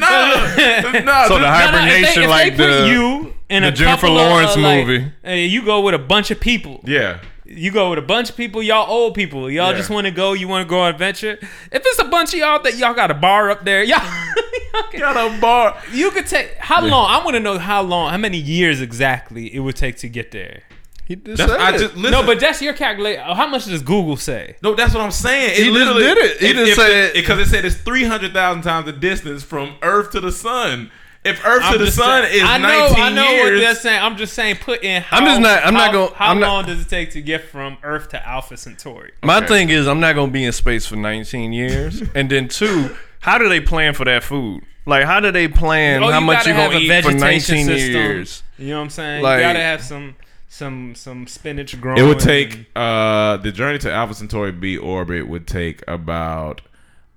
D: no. no
F: so the
D: just-
F: hibernation,
E: No, no, if
F: like
E: they, if they
F: the
E: put you in
F: the
E: a
F: Jennifer
E: couple
F: Lawrence
E: of, uh, like,
F: movie.
E: hey, you go with a bunch of people.
D: yeah.
E: You go with a bunch of people. Y'all old people. Y'all
F: Yeah.
E: just want to go. You want to go on adventure. If it's a bunch of y'all that y'all got a bar up there, y'all. y'all can-
D: Got a bar.
E: You could take how long? I want to know how long, how many years exactly it would take to get there.
F: He just
D: That's,
F: said
D: I
F: it.
D: just listen.
E: No, but that's your calculate. How much does Google say?
D: No, that's what I'm saying.
F: He just did it. He just said-
D: because it said it's three hundred thousand times the distance from Earth to the sun. If Earth to the
E: just
D: sun
E: saying-
D: is
E: I know,
D: nineteen
E: I know what
D: years,
E: they're saying. I'm just saying, put in. How,
F: I'm just not- I'm
E: how-
F: not gonna-
E: How
F: I'm not-
E: long does it take to get from Earth to Alpha Centauri?
F: my thing is I'm not gonna be in space for 19 years. and then two, how do they plan for that food? Like how do they plan
E: Oh,
F: how much
E: gotta
F: you
E: have
F: gonna
E: a
F: eat for
E: vegetation
F: 19
E: system.
F: years?
E: You know what I'm saying?
F: Like-
E: you gotta have some, some, some spinach growing.
D: it would take uh, the journey to Alpha Centauri B orbit would take about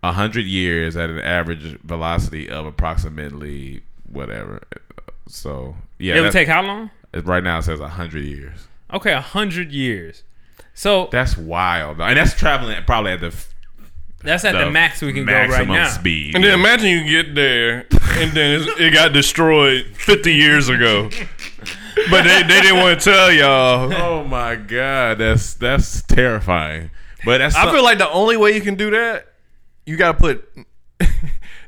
D: hundred years at an average velocity of approximately whatever. So yeah,
E: It would
D: that's-
E: take how long?
D: It- Right now it says hundred years.
E: Okay, a hundred years. So
D: That's wild, and that's traveling at- probably at the, f-
E: that's at the,
D: the
E: max we can go right
D: maximum
E: now.
D: speed.
F: And then imagine you get there, and then it's- it got destroyed 50 years ago. But they, they didn't want to tell y'all.
D: oh my god, that's that's terrifying. But that's
F: I feel like the only way you can do that, you gotta put,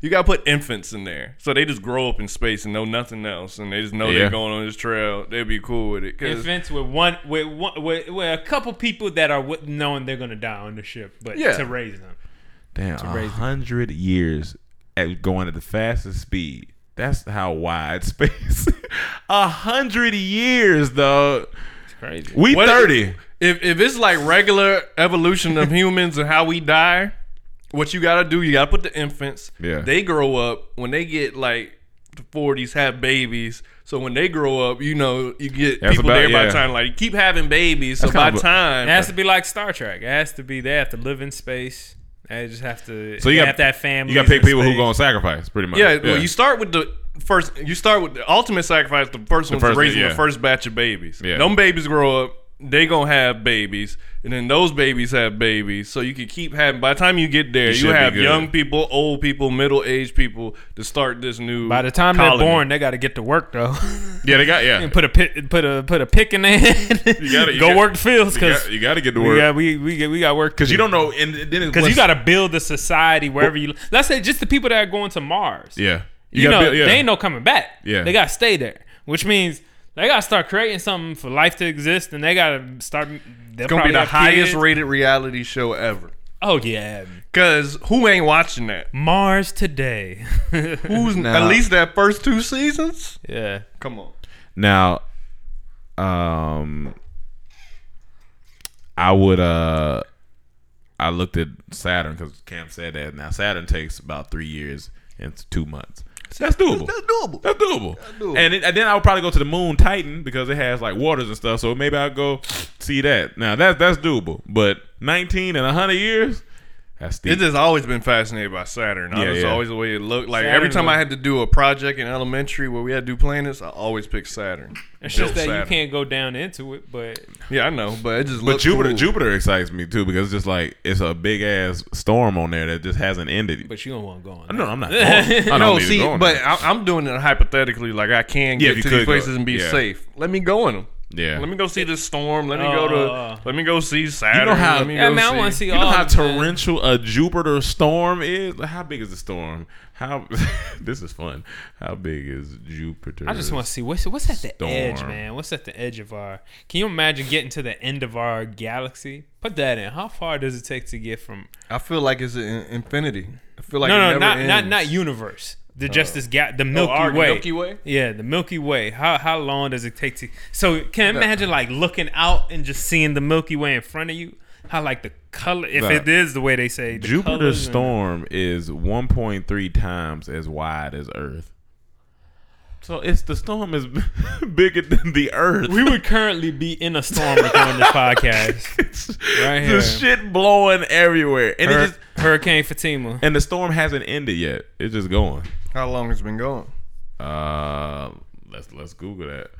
F: you gotta put infants in there, so they just grow up in space and know nothing else, and they just know
D: Yeah.
F: they're going on this trail. They'd be cool with it. 'cause-
E: Infants with one with one with, with a couple people that are with, knowing they're gonna die on the ship, but
F: Yeah.
E: to raise them.
D: Damn,
E: raise them.
D: hundred years at going at the fastest speed. That's how wide space. A hundred years though.
E: Crazy.
D: We
F: What-
D: thirty.
F: If if it's like regular evolution of humans and how we die, what you gotta do, you gotta put the infants.
D: Yeah.
F: They grow up when they get like the forties, have babies. So when they grow up, you know, you get
D: That's
F: people
D: about-
F: there by
D: yeah.
F: the time. Like you keep having babies, so
D: That's
F: by
D: kinda-
F: time
E: It has to be like Star Trek. It has to be they have to live in space. They just have to.
D: So you
E: they
D: got
E: have to have family.
D: You got to pick people who gonna sacrifice, pretty much.
F: Yeah, Well, you start with the first you start with the ultimate sacrifice, the first one's
D: first one,
F: raising
D: yeah.
F: the first batch of babies.
D: Yeah.
F: Them babies grow up, they gonna have babies, and then those babies have babies. So you can keep having by the time you get there,
D: You
F: you,
D: should be
F: have
D: good.
F: young people, old people, middle aged people to start this new
E: By the time
F: colony.
E: they're born, they got to get to work though.
D: yeah, they got yeah.
E: and put a pit, put a put a pick in their head. You
D: gotta- you
E: go
D: gotta-
E: work the fields
D: You
E: because
D: got, you got to get to work
E: yeah, we we get- we got work
D: because you don't know. And then it
E: because
D: was-
E: you got to build a society wherever you. Let's say just the people that are going to Mars.
D: yeah.
E: you,
D: gotta
E: know
D: build- yeah.
E: they ain't no coming back.
D: Yeah.
E: they got to stay there, which means they got to start creating something for life to exist, and they got to start. It's
F: It's gonna be the highest rated reality show ever.
E: Oh yeah,
F: Cause who ain't watching that?
E: Mars today.
F: Who's at least that first two seasons?
E: yeah.
F: Come on.
D: Now, um, I would uh, I looked at Saturn because Cam said that. Now Saturn takes about three years and it's two months. That's doable. That's doable. That's doable. And, it, and then I would probably go to the moon Titan because it has like waters and stuff. So maybe I'll go see that. Now that's that's doable. But nineteen and hundred years, that's steep.
F: It's just always been fascinated by Saturn.
D: Yeah,
F: Yeah, it's
D: yeah.
F: always the way it looked. Like
E: Saturn
F: every time
E: was-
F: I had to do a project in elementary where we had to do planets, I always picked Saturn.
E: It's just
F: Built
E: that you
F: Saturn.
E: can't go down into it, but
F: Yeah, I know, but it just
D: But
F: looked
D: Jupiter,
F: cool.
D: Jupiter excites me too because it's just like it's a big ass storm on there that just hasn't ended.
E: but you don't want to go on.
D: no, I'm not. Going. I don't
F: No,
D: need to
F: see,
D: go on
F: but
D: that.
F: I, I'm doing it hypothetically. Like I can
D: Yeah, if
F: get
D: you
F: to
D: could
F: these
D: go.
F: places and be
D: Yeah.
F: safe. Let me go in them.
D: Yeah.
F: Let me go see this storm. Let me go
E: Oh.
F: to. Let me go see Saturn.
D: You know how
F: Let me
E: Yeah,
F: go
E: man, I want to see
D: you
E: all.
D: know how
E: of the-
D: torrential a Jupiter storm is. Like, How big is the storm? How this is fun. How big is Jupiter?
E: I just want to see what's what's at the edge,
D: Storm.
E: man. What's at the edge of our? Can you imagine getting to the end of our galaxy? Put that in. How far does it take to get from?
F: I feel like it's an infinity. I feel like it
E: no, no,
F: never
E: not not
F: ends.
E: not universe. The just this gap, the Uh, oh, Milky
F: our
E: Way.
F: Milky Way?
E: Yeah, the Milky Way. How how long does it take to? So can you imagine like looking out and just seeing the Milky Way in front of you? How like the color? If
D: Nah.
E: it is the way they say, the
D: Jupiter's
E: colors and-
D: storm is 1.3 times as wide as Earth. So it's the storm is bigger than the Earth.
E: We would currently be in a storm recording this podcast. Right here.
D: the shit blowing everywhere, and it
E: Hur-
D: just
E: Hurricane Fatima.
D: and the storm hasn't ended yet. It's just going.
F: How long it's been going?
D: Uh, let's let's Google that.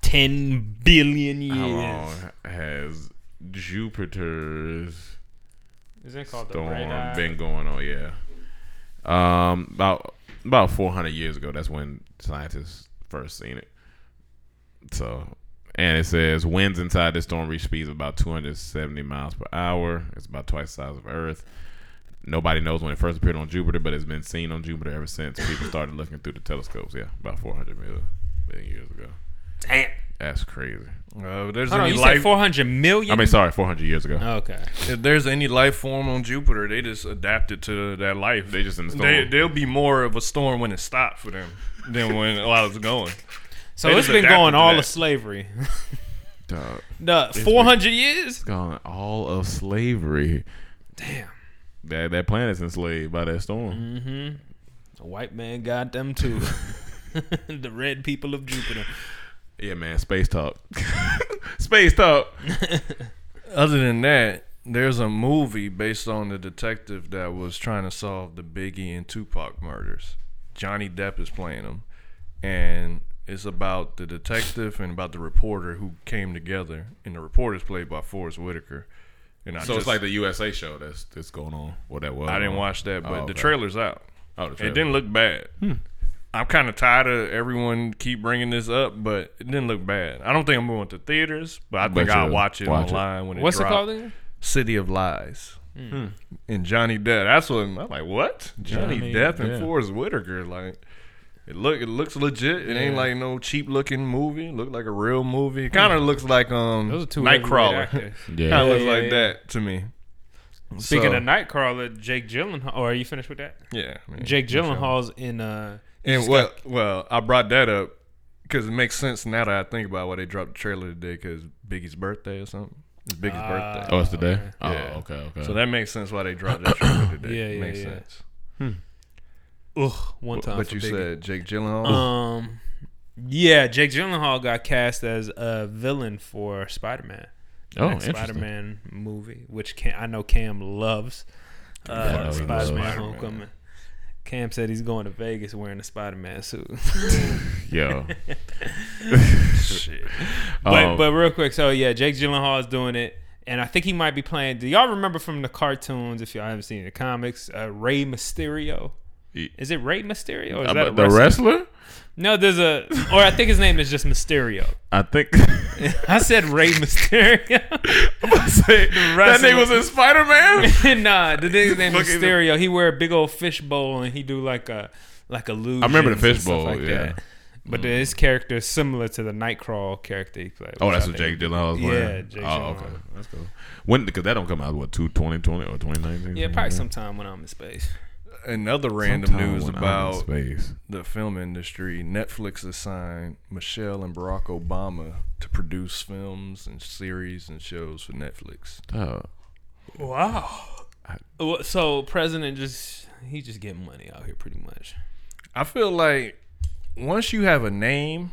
E: Ten billion
D: How
E: years.
D: long has Jupiter's
E: Is it called the red
D: storm
E: eye?
D: been going on. Yeah, um, about about 400 years ago. That's when scientists first seen it. So, and it says winds inside this storm reach speeds of about 270 miles per hour. It's about twice the size of Earth. Nobody knows when it first appeared on Jupiter, but it's been seen on Jupiter ever since people started looking through the telescopes. Yeah, about 400 million, million years ago.
E: Damn.
D: That's crazy.
F: Uh, if there's
E: Hold on,
F: any
E: you
F: life
E: said four hundred million.
D: I mean, sorry, 400 years ago.
E: okay.
F: If there's any life form on Jupiter, they just adapted to that life.
D: They just in the storm.
F: They, they'll be more of a storm when it stops for them than when a lot is going.
E: So
F: They
E: it's
F: just
E: been
F: adapted
E: going
F: to
E: all
F: that.
E: of slavery.
D: Dog,
E: the four hundred years.
D: gone all of slavery.
E: Damn. Mm-hmm.
D: That that planet's enslaved by that storm.
E: A white man got them too. the red people of Jupiter.
D: Yeah, man. Space talk. space talk.
F: Other than that, there's a movie based on the detective that was trying to solve the Biggie and Tupac murders. Johnny Depp is playing him, and It's about the detective and about the reporter who came together, and the reporter's played by Forrest Whitaker. And I
D: So
F: just,
D: it's like the USA show that's that's going on. What that was?
F: I didn't watch that, but
D: Oh,
F: the
D: okay.
F: trailer's out.
D: Oh, the
F: It didn't look bad.
E: Hmm.
F: I'm kind of tired of everyone keep bringing this up, but it didn't look bad. I don't think I'm going to theaters, but I think
D: But
F: I'll
D: you'll
F: watch it
D: watch it.
F: online when it
E: What's it
F: drop.
E: called Hmm. again?
F: City of Lies.
D: Hmm.
F: And Johnny Depp. That's what I'm like. What Johnny,
E: Johnny
F: Depp and
D: Depp.
F: Forrest Whitaker? Like it look. It looks legit. It ain't like no cheap looking movie. It look like a real movie. It kind of looks like um
E: Those are two overrated
F: Nightcrawler.
E: actors.
F: kind of
D: Yeah.
F: looks
E: Yeah,
F: like
E: yeah,
F: that to me.
E: Speaking
F: So,
E: of Nightcrawler, Jake Gyllenhaal. Or are you finished with that?
F: yeah, I mean,
E: Jake Gyllenhaal's in uh
F: And well, well, I brought that up because it makes sense now that I think about why they dropped the trailer today because Biggie's birthday or something. It's Biggie's
E: Ah.
F: birthday.
D: Oh, it's today. Oh,
F: Yeah.
D: okay, okay.
F: So that makes sense why they dropped that trailer today.
E: Yeah, yeah,
F: makes
E: yeah.
F: sense.
E: ugh one time.
F: But
E: for
F: you
E: Biggie.
F: said Jake Gyllenhaal.
D: Uh,
E: Um, yeah, Jake Gyllenhaal got cast as a villain for Spider Man.
D: Oh, interesting.
E: Spider Man movie, which Cam, I know Cam loves.
D: Yeah, I know
E: Uh,
D: he
E: Spider
D: loves
E: Man
D: Spider-Man.
E: Homecoming. Cam said he's going to Vegas wearing a Spider Man suit.
D: Yo,
E: Shit. But
D: Um,
E: but real quick, so yeah, Jake Gyllenhaal is doing it, and I think he might be playing. Do y'all remember from the cartoons? If y'all haven't seen the comics, uh, Ray Mysterio.
D: Ye-
E: Is it Ray Mysterio? Or is
D: Uh,
E: that a
D: but the
E: wrestler?
D: wrestler?
E: No, there's a, or I think his name is just Mysterio.
D: I think
E: I said Ray Mysterio.
D: that nigga was in Spider Man.
E: nah, the nigga's name
D: Look at
E: Mysterio. He wear a big old fishbowl and he do like a like illusions
D: I remember the
E: and stuff
D: fishbowl,
E: Like
D: yeah.
E: That. But his
F: Mm.
E: character is similar to the Nightcrawl character he played.
D: Oh,
E: which
D: that's
E: I
D: what
E: think-
D: Jake Gyllenhaal was
E: Yeah,
D: wearing.
E: Jake
D: oh,
E: Gyllenhaal.
D: okay, that's cool. When because that don't come out what two twenty twenty or twenty nineteen?
E: Yeah, probably sometime when I'm in space.
F: Another random news about
D: space.
F: the film industry. Netflix assigned Michelle and Barack Obama to produce films and series and shows for Netflix.
D: Oh,
E: Wow. Uh, So president just he just getting money out here pretty much.
F: I feel like once you have a name,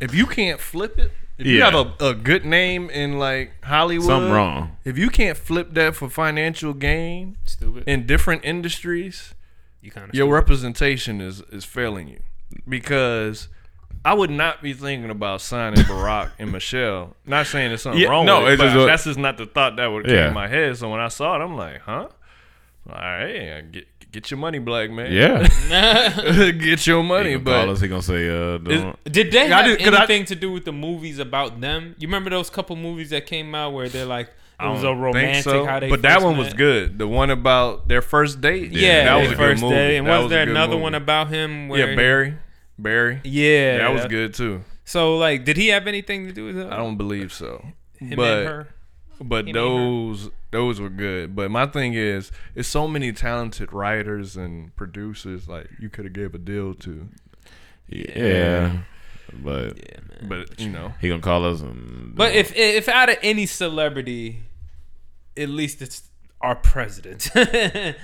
F: if you can't flip it, if you
D: Yeah.
F: got a, a good name in like Hollywood,
D: something wrong.
F: If you can't flip that for financial gain
E: Stupid.
F: in different industries,
E: you kind of
F: your representation is is failing you because. I would not be thinking about signing Barack and Michelle. Not saying there's something
D: Yeah,
F: wrong
D: no,
F: with it,
D: it's
F: but
D: just a-
F: that's just not the thought that would come
D: Yeah.
F: in my head. So when I saw it, I'm like, huh? All right, get, get your money, black man.
D: Yeah,
F: get your money,
D: he
F: but
D: but he gonna say uh, don't-
E: Did they
F: I
E: have
F: did- 'cause I-
E: anything to do with the movies about them? You remember those couple movies that came out where they're like it
F: I
E: was a
F: don't
E: romantic
F: think so.
E: how they
F: but that
E: first
F: one
E: met?
F: was good. The one about their first date.
E: Yeah,
F: that
E: that
F: was a
E: first
F: good movie.
E: day. And
F: That
E: was,
F: a
E: there
F: good
E: another
F: movie.
E: one about him? Where,
F: Yeah, Barry. Barry.
E: Yeah,
F: that was good too.
E: So like, did he have anything to do with it?
F: I don't believe so.
E: Him
F: but
E: and her.
F: but
E: Him and her.
F: those those were good. But my thing is, it's so many talented writers and producers like you could have gave a deal to.
D: yeah. but
E: Yeah, man.
F: But you know,
D: he gonna call us. And,
E: But if if out of any celebrity, at least it's our president.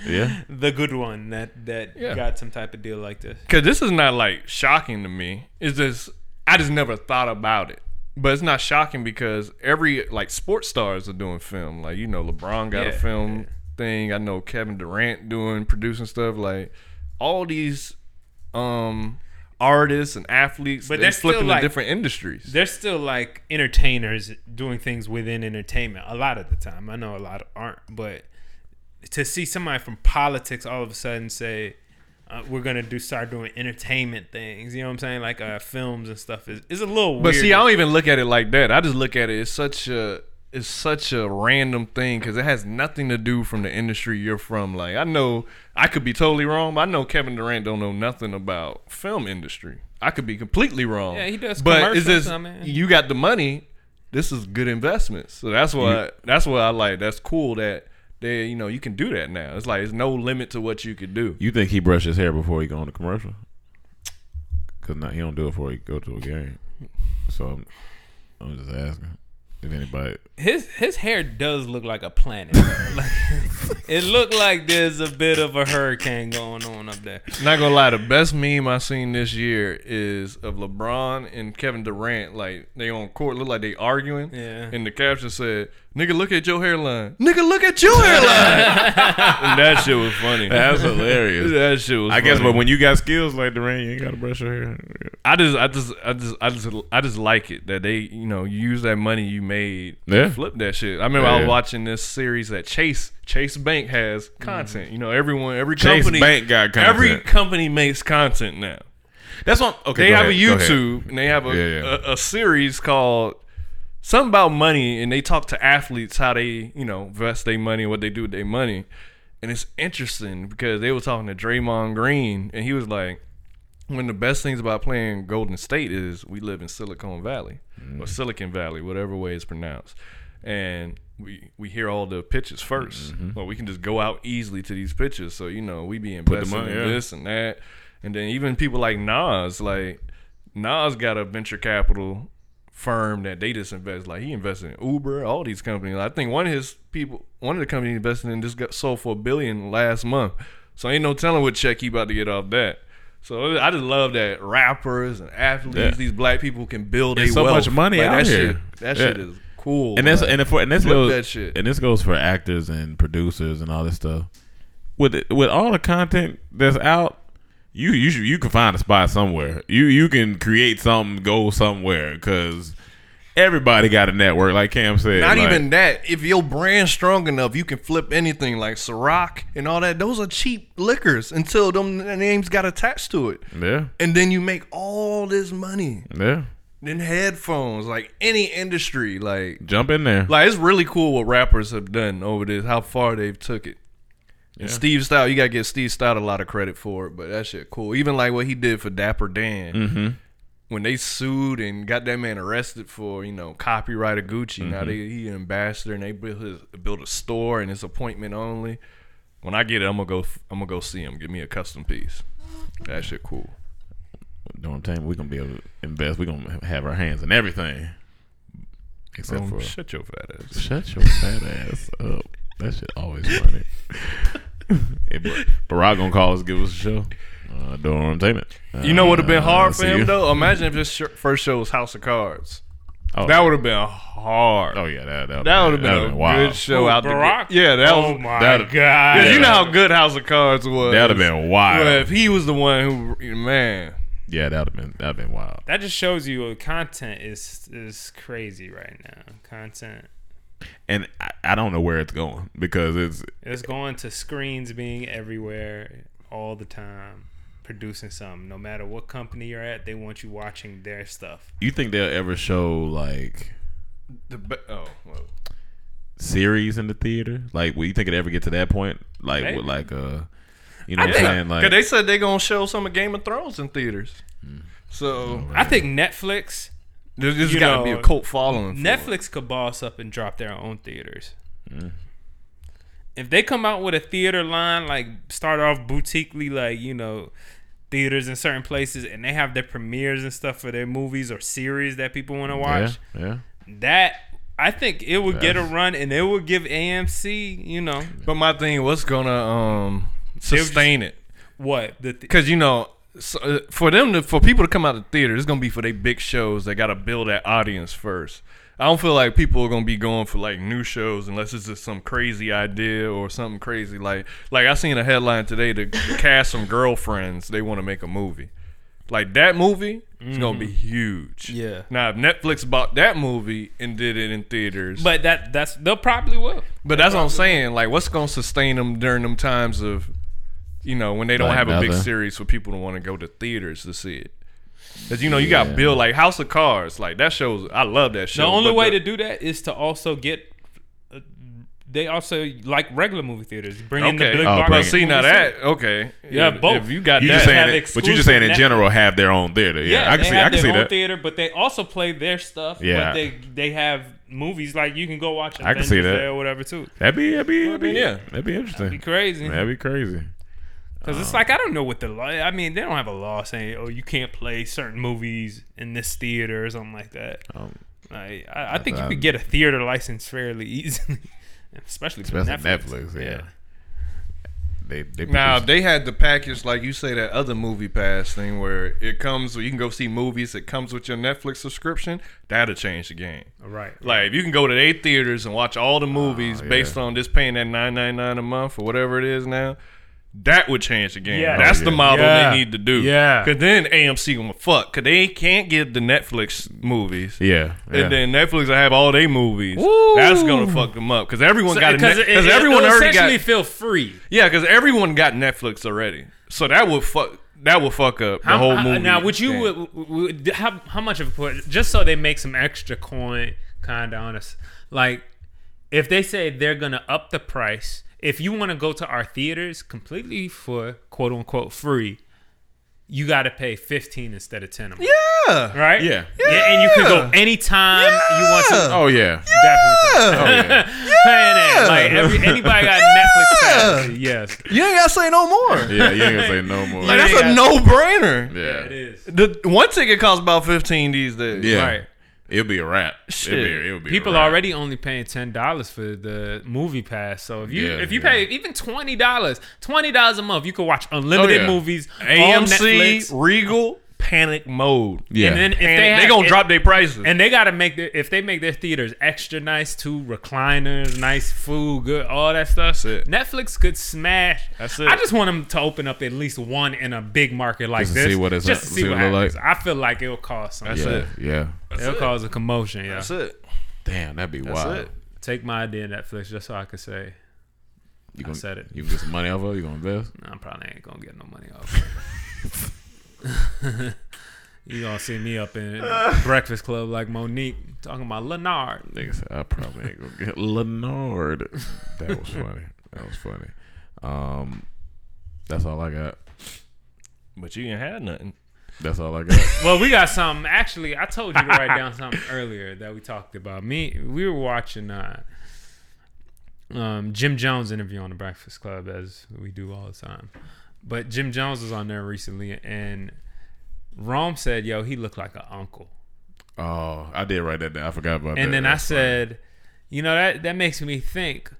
D: Yeah.
E: the good one that that
F: Yeah.
E: got some type of deal like this.
F: because this is not like shocking to me. It's just I just never thought about it. But it's not shocking because every like sports stars are doing film. Like you know, LeBron got a
E: Yeah.
F: film thing. I know Kevin Durant doing producing stuff. Like all these um artists and athletes,
E: But
F: but
E: they're
F: they're
E: still,
F: flipping
E: like-
F: to different industries.
E: they're still like entertainers doing things within entertainment a lot of the time. I know a lot aren't, but to see somebody from politics all of a sudden say uh, we're gonna do start doing entertainment things, you know what I'm saying? Like uh, films and stuff is is a little weird.
F: But see, I don't even look at it like that. I just look at it. It's such a it's such a random thing because it has nothing to do from the industry you're from. Like I know I could be totally wrong. But I know Kevin Durant don't know nothing about film industry. I could be completely wrong.
E: Yeah, he does
F: But it's
E: commercials,
F: just
E: I mean.
F: you got the money. This is good investments. So that's why that's why I like. That's cool that they you know you can do that now. It's like there's no limit to what you could do.
D: you think he brush his hair before he go on the commercial? Cause not he don't do it before he go to a game. So I'm, I'm just asking. If anybody,
E: his his hair does look like a planet. Like, it looked like there's a bit of a hurricane going on up there.
F: Not gonna lie, the best meme I seen this year is of LeBron and Kevin Durant. Like they on court, look like they arguing.
E: Yeah.
F: And the caption said, "Nigga, look at your hairline. Nigga, look at your hairline." and that shit was funny.
D: that's hilarious.
F: that shit was.
D: I guess,
F: funny.
D: but when you got skills like Durant, you ain't gotta brush your hair.
F: I just, I just, I just, I just, I just like it that they, you know, you use that money you made, to
D: Yeah.
F: flip that shit. I remember I
D: Yeah.
F: was watching this series that Chase Chase Bank has content. You know, everyone, every
D: Chase
F: company,
D: Bank got content.
F: every company makes content now.
D: That's what. Okay,
F: They
D: go
F: have
D: ahead,
F: a
D: go ahead.
F: YouTube and they have a,
D: Yeah, yeah.
F: a a series called something about money, and they talk to athletes how they, you know, invest their money, what they do with their money, and it's interesting because they were talking to Draymond Green, and he was like one of the best things about playing Golden State is we live in Silicon Valley or Silicon Valley, whatever way it's pronounced, and we we hear all the pitches 1st Well, we can just go out easily to these pitches, so you know we be
D: them
F: investing
D: up,
F: in
D: yeah.
F: this and that, and then even people like Nas, like Nas got a venture capital firm that they just invest. Like he invested in Uber, all these companies. I think one of his people, one of the companies he invested in, just got sold for a billion last month. So ain't no telling what check he about to get off that. So I just love that rappers and athletes,
D: Yeah.
F: these black people can build
D: There's
F: a
D: so
F: wealth.
D: much money
F: like,
D: out
F: that
D: here.
F: Shit, that
D: Yeah.
F: shit is cool.
D: and that's
F: like,
D: and for and this
F: Flip
D: goes
F: that shit.
D: and this goes for actors and producers and all this stuff. With with all the content that's out, you you should, you can find a spot somewhere. You you can create something, go somewhere because everybody got a network. Like Cam said,
F: not
D: like-
F: even that. If your brand's strong enough, you can flip anything like Ciroc and all that. Those are cheap liquors until them names got attached to it.
D: yeah
F: And then you make all this money.
D: yeah.
F: Then headphones, like any industry, like
D: Jump in there.
F: like it's really cool what rappers have done over this, how far they've took it. And Steve Style, you gotta get Steve Style a lot of credit for it, but that shit cool. Even like what he did for Dapper Dan, when they sued and got that man arrested for you know copyright of Gucci. Now they he an ambassador and they built his built a store and it's appointment only. When I get it, I'm gonna go. I'm gonna go see him. Give me a custom piece. That shit cool.
D: know what I'm saying? We're gonna be able to invest. We're gonna have our hands in everything, except
F: Um,
D: for
F: shut your fat ass.
D: Shut your fat ass up. That shit always funny. hey, Bar- Barack gonna call us, give us a show. Uh, doing entertainment. Uh,
F: You know what would have been hard for him
D: you.
F: though. Imagine if his sh- first show was House of Cards.
D: Oh,
F: That would have been hard.
D: Oh yeah, that that,
F: That would have been a good show out
E: Barack?
F: there. Yeah, that
E: Oh
F: was.
E: my
D: that'd-
E: god!
F: 'cause You know how good House of Cards was.
D: That would have been wild.
F: But if he was the one who, man,
D: yeah, that would have been that would have been wild.
E: that just shows you uh, content is is crazy right now. Content
D: And I, I don't know where it's going because it's
E: it's going to screens being everywhere all the time, producing something. No matter what company you're at, they want you watching their stuff.
D: you think they'll ever show like
F: the be- oh, well,
D: series in the theater? Like, will you think it ever get to that point? Like,
E: Maybe.
D: with like uh, you know what
F: I
D: I'm
F: think-
D: saying? Like,
F: cause they said they gonna show some of Game of Thrones in theaters. So
E: I think Netflix
F: there's, there's
E: You
F: gotta
E: know,
F: be a cult following. for it.
E: Netflix could boss up and drop their own theaters.
D: Mm.
E: If they come out with a theater line, like start off boutiquely, like you know, theaters in certain places, and they have their premieres and stuff for their movies or series that people want to
D: yeah,
E: watch,
D: yeah.
E: that I think it would get a
D: Yes.
E: run, and it would give AMC, you know,
F: But my thing, what's gonna um
E: just-
F: sustain it?
E: what the th-
F: because you know so, uh, for them to, for people to come out of the theater it's gonna be for their big shows they gotta build that audience first i don't feel like people are gonna be going for like new shows unless it's just some crazy idea or something crazy like like i seen a headline today to cast some girlfriends they want to make a movie like that movie is gonna be huge
E: Yeah.
F: now if netflix bought that movie and did it in theaters
E: but that that's they'll probably will.
F: but that's what I'm saying. Like, what's going to sustain them during them times of, you know, when they don't
D: Like
F: have a big
D: nothing.
F: series for people to want to go to theaters to see it? Because you know, you got Bill like House of Cards. Like that shows. I love that show.
E: The only
F: but
E: way to do that is to also get. uh, They also like regular movie theaters, bring in the
F: Okay.
E: big
D: Oh,
E: box
D: bring
F: But
D: it.
F: see now
E: movies.
F: that okay.
E: Yeah,
F: if,
E: both.
F: If you got
D: You
F: that,
D: just saying,
E: have
D: that, but you just
E: exclusive
D: saying in
E: net-
D: general have their own theater. Yeah, I can
E: they
D: see,
E: have
D: I can
E: their
D: see
E: own
D: that.
E: theater, but they also play their stuff.
D: Yeah.
E: but they they have movies like you can go watch.
D: I can see
E: Avengers
D: that.
E: there or whatever too.
D: That'd be, that'd be, that'd be,
F: mean,
D: yeah,
F: yeah.
D: that'd be interesting.
E: Be crazy
D: That'd be crazy.
E: because it's like I don't know what the law. I mean, they don't have a law saying oh um, you can't play certain movies in this theater or something like that.
D: Um,
E: I, I, I think you could get a theater license fairly easily, especially for
D: Especially
E: Netflix.
D: Netflix, yeah. They they
F: Now
D: produce-
F: they had the package like you say that other movie pass thing where it comes you can go see movies. It comes with your Netflix subscription. That'll change the game.
E: right.
F: Like if you can go to eight theaters and watch all the movies
D: yeah.
F: based on just paying that nine nine nine a month or whatever it is now, that would change the game.
E: Yeah.
F: That's
D: Oh,
F: the
D: yeah.
F: model
E: Yeah.
F: they need to do.
E: Yeah.
F: Cause then AMC gonna fuck. Cause they can't get the Netflix movies.
D: yeah, yeah.
F: And then Netflix will have all their movies.
E: Woo.
F: That's gonna fuck them up. Cause everyone got a
E: Because
F: Net-
E: it-
F: cause
E: it-
F: everyone
E: it'll
F: already
E: essentially
F: got
E: feel free.
F: yeah. Cause everyone got Netflix already. So that would fuck. That would fuck up the
E: How-
F: whole
E: how-
F: movie.
E: Uh, Now, would you
F: game.
E: would, would, how how much of a put just so they make some extra coin, kind of on us? Like, if they say they're gonna up the price, if you want to go to our theaters completely for quote unquote free, you got to pay fifteen instead of ten. A month,
F: Yeah.
E: Right?
D: Yeah.
E: And you can go anytime you want to.
D: oh yeah,
E: Definitely.
D: oh yeah.
E: Playing it. Like every, anybody got Netflix package. Yes.
F: You ain't gotta say no more.
D: Yeah, you ain't gonna say no more.
F: Like, that's
E: Yeah.
F: a no brainer.
E: It
D: yeah,
E: is.
F: The one ticket costs about fifteen these days.
D: yeah.
E: Right.
D: It'll be a wrap. It'll
F: Shit.
D: be, it'll be
E: People
D: a wrap.
E: already only paying ten dollars for the movie pass. So if you
D: Yeah,
E: if you
D: yeah.
E: pay even twenty dollars, twenty dollars a month, you can watch unlimited
D: Oh, yeah.
E: movies on
F: AMC
E: Netflix.
F: Regal panic mode.
D: Yeah,
E: And then if
F: Panic.
E: they,
F: They,
E: have-
F: gonna
E: if-
F: drop their prices.
E: and they gotta make their if they make their theaters extra nice too, recliners, nice food, good, all that stuff.
F: That's it.
E: Netflix could smash.
F: That's it.
E: I just want them to open up at least one in a big market like
D: Just to
E: this,
D: see what it's-
E: just to see,
D: see
E: what
D: what it look
E: happens.
D: like.
E: I feel like it'll cause something.
F: That's
D: yeah,
F: it.
D: yeah.
E: it'll
F: it.
E: cause a commotion. Yeah,
F: That's it.
D: Damn, that'd be
F: That's
D: wild.
F: it.
E: take my idea Netflix just so I could say
D: You gonna,
E: said it.
D: You gonna get some money off of? it? You gonna invest?
E: I probably ain't gonna get no money off. it. you gonna see me up in Breakfast Club like Monique talking about Leonard.
D: Nigga said, I probably ain't gonna get Leonard. That was funny. That was funny. Um, that's all I got.
F: But you ain't had nothing.
D: That's all I got.
E: Well, we got something. Actually, I told you to write down something earlier that we talked about. Me, we were watching uh, um, Jim Jones interview on the Breakfast Club as we do all the time. But Jim Jones was on there recently, and Rome said, "Yo, he looked like an uncle."
D: oh, I did write that down. I forgot about that.
E: and then I
D: That's
E: said, you know that that makes me think,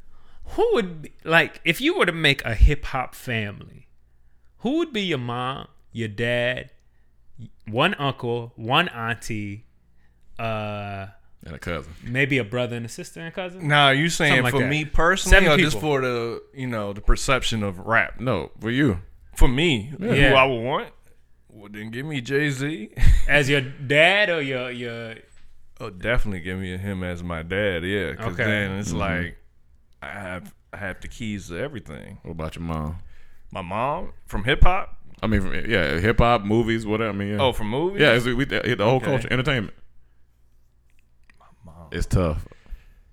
E: who would be, like if you were to make a hip hop family, who would be your mom, your dad, one uncle, one auntie, uh,
D: funny. and a cousin.
E: maybe a brother and a sister and cousin?
F: Now you saying
E: Something like
F: for
E: that.
F: me personally,
E: Seven
F: or just
E: people.
F: for the you know the perception of rap?
D: No, for you.
F: For me,
E: Yeah.
F: who I would want. Well, then give me Jay Z.
E: As your dad or your your
F: oh, definitely give me him as my dad. Yeah, because
E: Okay.
F: then it's like I have I have the keys to everything.
D: What about your mom?
F: My mom from hip hop.
D: I mean, from, yeah, hip hop, movies, whatever. I mean, yeah.
F: Oh, from movies.
D: yeah, it's, we, the whole
F: Okay.
D: culture, entertainment.
F: Mom.
D: It's tough.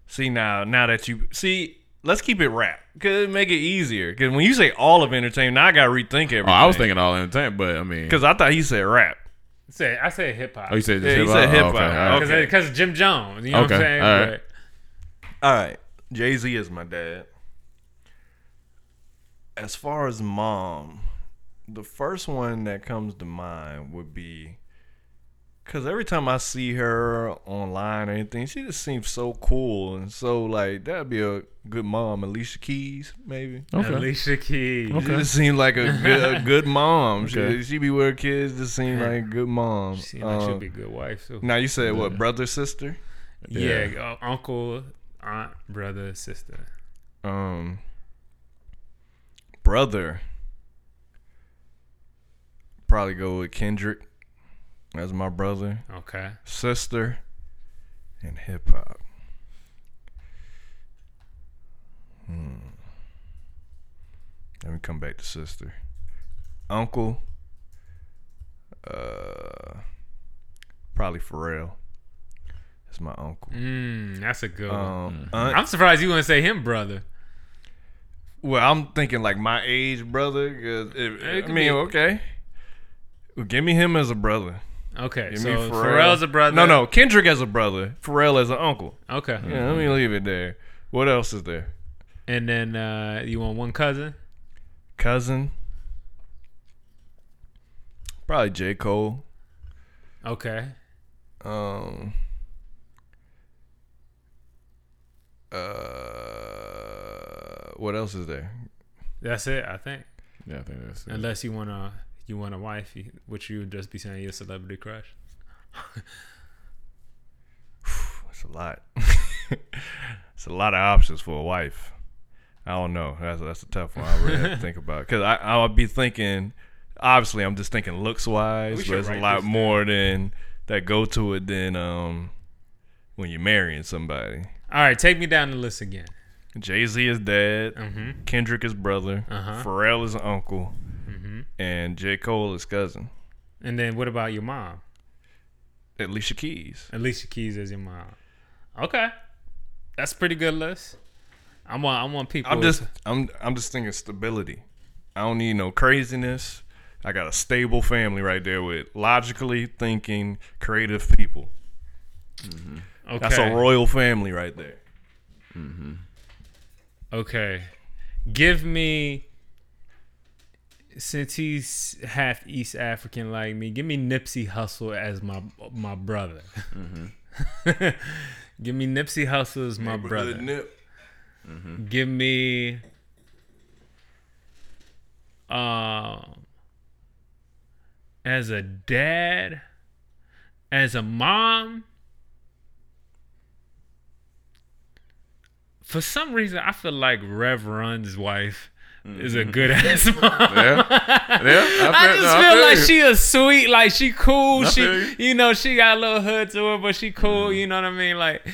F: See now, now that you see, let's keep it rap. Cause make it easier. Cause when you say all of entertainment, now I gotta rethink everything.
D: Oh, I was thinking all entertainment, but I mean,
F: because I thought he said rap.
E: say I say hip hop
D: oh, you said just
F: Yeah,
D: hip
F: you
D: hop.
F: said hip
D: Oh, okay,
F: hop.
D: all right.
E: because
F: okay.
E: Jim Jones, you know what I'm
D: Okay,
E: saying?
D: all right.
E: But-
F: All right, Jay Z is my dad. As far as mom, the first one that comes to mind would be because every time I see her online or anything, she just seems so cool and so like that'd be a good mom, Alicia Keys, maybe.
D: Okay.
E: Alicia Keys.
F: She just seemed like a good, a good mom.
D: Okay.
F: She, she be with her kids. Just seemed like a good mom.
E: Seemed like she'd
F: Um,
E: be a good wife. So.
F: now you said what? Brother, sister.
E: yeah, uh, uncle, aunt, brother, sister.
F: Um, brother. Probably go with Kendrick. That's my brother,
E: Okay.
F: sister, and hip hop. Hmm. Let me come back to sister, uncle. Uh, probably Pharrell. That's my uncle.
E: Mm, that's a good one.
F: Um, aunt-
E: I'm surprised you wouldn't say him, brother.
F: Well, I'm thinking like my age brother. 'cause if-
E: It
F: I
E: could
F: mean,
E: be-
F: okay. Well, give me him as a brother.
E: Okay,
F: Give
E: so
F: me
E: Pharrell.
F: Pharrell.
E: Oh, Pharrell's a brother.
F: No, no, Kendrick as a brother. Pharrell as an uncle.
E: Okay,
F: Yeah, let me leave it there. What else is there?
E: and then uh, you want one cousin?
F: Cousin. Probably J Cole.
E: Okay,
F: Um, Uh, what else is there?
E: That's it, I think.
D: Yeah, I think that's it.
E: Unless you want to, you want a wife, you- which you would just be saying your celebrity crush.
F: That's a lot. It's a lot of options for a wife. I don't know. That's that's a tough one. I really have to think about because I I would be thinking. Obviously, I'm just thinking looks wise,
E: should
F: but it's a
E: write
F: lot
E: this down.
F: more than that go to it than um when you're marrying somebody.
E: All right, take me down the list again.
F: Jay Z is dad. Kendrick is brother.
E: Mm-hmm. Uh-huh. Mm-hmm.
F: Pharrell is uncle. And J. Cole is cousin.
E: And then what about your mom?
F: Alicia Keys.
E: Alicia Keys is your mom. Okay, that's a pretty good list. I'm on. I'm on people.
F: I'm just I'm I'm just thinking stability. I don't need no craziness. I got a stable family right there with logically thinking, creative people.
E: okay.
F: That's a royal family right there.
E: Okay. Give me since he's half East African like me, give me Nipsey Hussle as my my brother. give me Nipsey Hussle as my brother.
F: Nip.
E: give me um as a dad, as a mom. For some reason, I feel like Reverend's wife is a good ass mom.
D: yeah, I,
E: I
D: feel-
E: just
D: Mm-hmm. no, I
E: feel like
D: you.
E: she a sweet, like she cool.
D: feel
E: She,
D: you. Mm-hmm.
E: you know, she got a little hood to her, but she cool. You know what I mean? Like,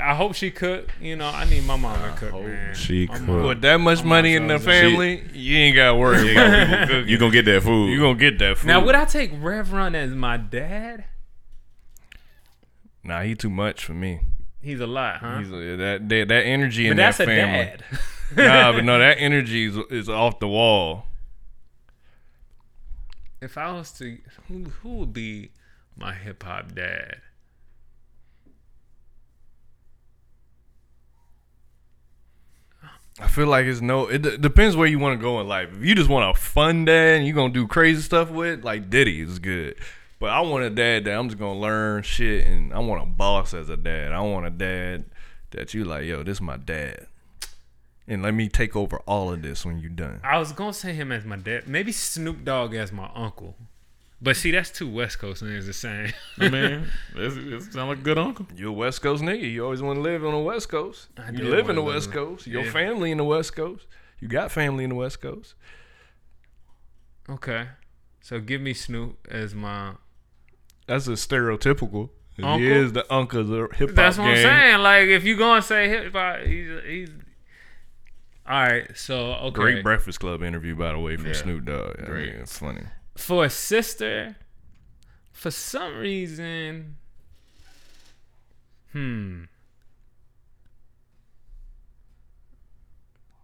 E: I hope she cook. You know, I need my mom to cook, man.
D: She
E: My mom-
D: cook.
F: With that much money in the family, you ain't gotta worry about people cooking.
D: You gonna get that food?
F: You gonna get that food.
E: Now, would I take Reverend as my dad?
F: nah, he too much for me.
E: He's a lot, huh?
F: He's a, that, that that energy in
E: but that's
F: that
E: a
F: family.
E: dad.
F: nah, but no, that energy is, is off the wall.
E: If I was to, who, who would be my hip hop dad?
F: I feel like it's no. It d- depends where you want to go in life. If you just want a fun dad and you gonna do crazy stuff with, like Diddy is good. But I want a dad that I'm just gonna learn shit, and I want a boss as a dad. I want a dad that you like, yo, this my dad, and let me take over all of this when you're done.
E: I was gonna say him as my dad. Maybe Snoop Dogg as my uncle. But see, that's two West Coast names the same.
D: man. This, this sound like a good uncle.
F: You're a West Coast nigga. You always want to live on the West Coast.
E: did
F: You live in
E: wanna
F: the
E: live
F: West
E: on-
F: Coast. Your
E: yeah.
F: family in the West Coast. You got family in the West Coast.
E: okay, so give me Snoop as my
F: That's a stereotypical.
E: Uncle?
F: He is the uncle of the hip hop
E: That's what I'm
F: game.
E: saying. Like, if you gonna say hip hop, he's, he's all right. So okay,
F: Great Breakfast Club interview, by the way, from Snoop Dogg. I
D: Great.
F: mean, it's funny.
E: for a sister, for some reason, hmm,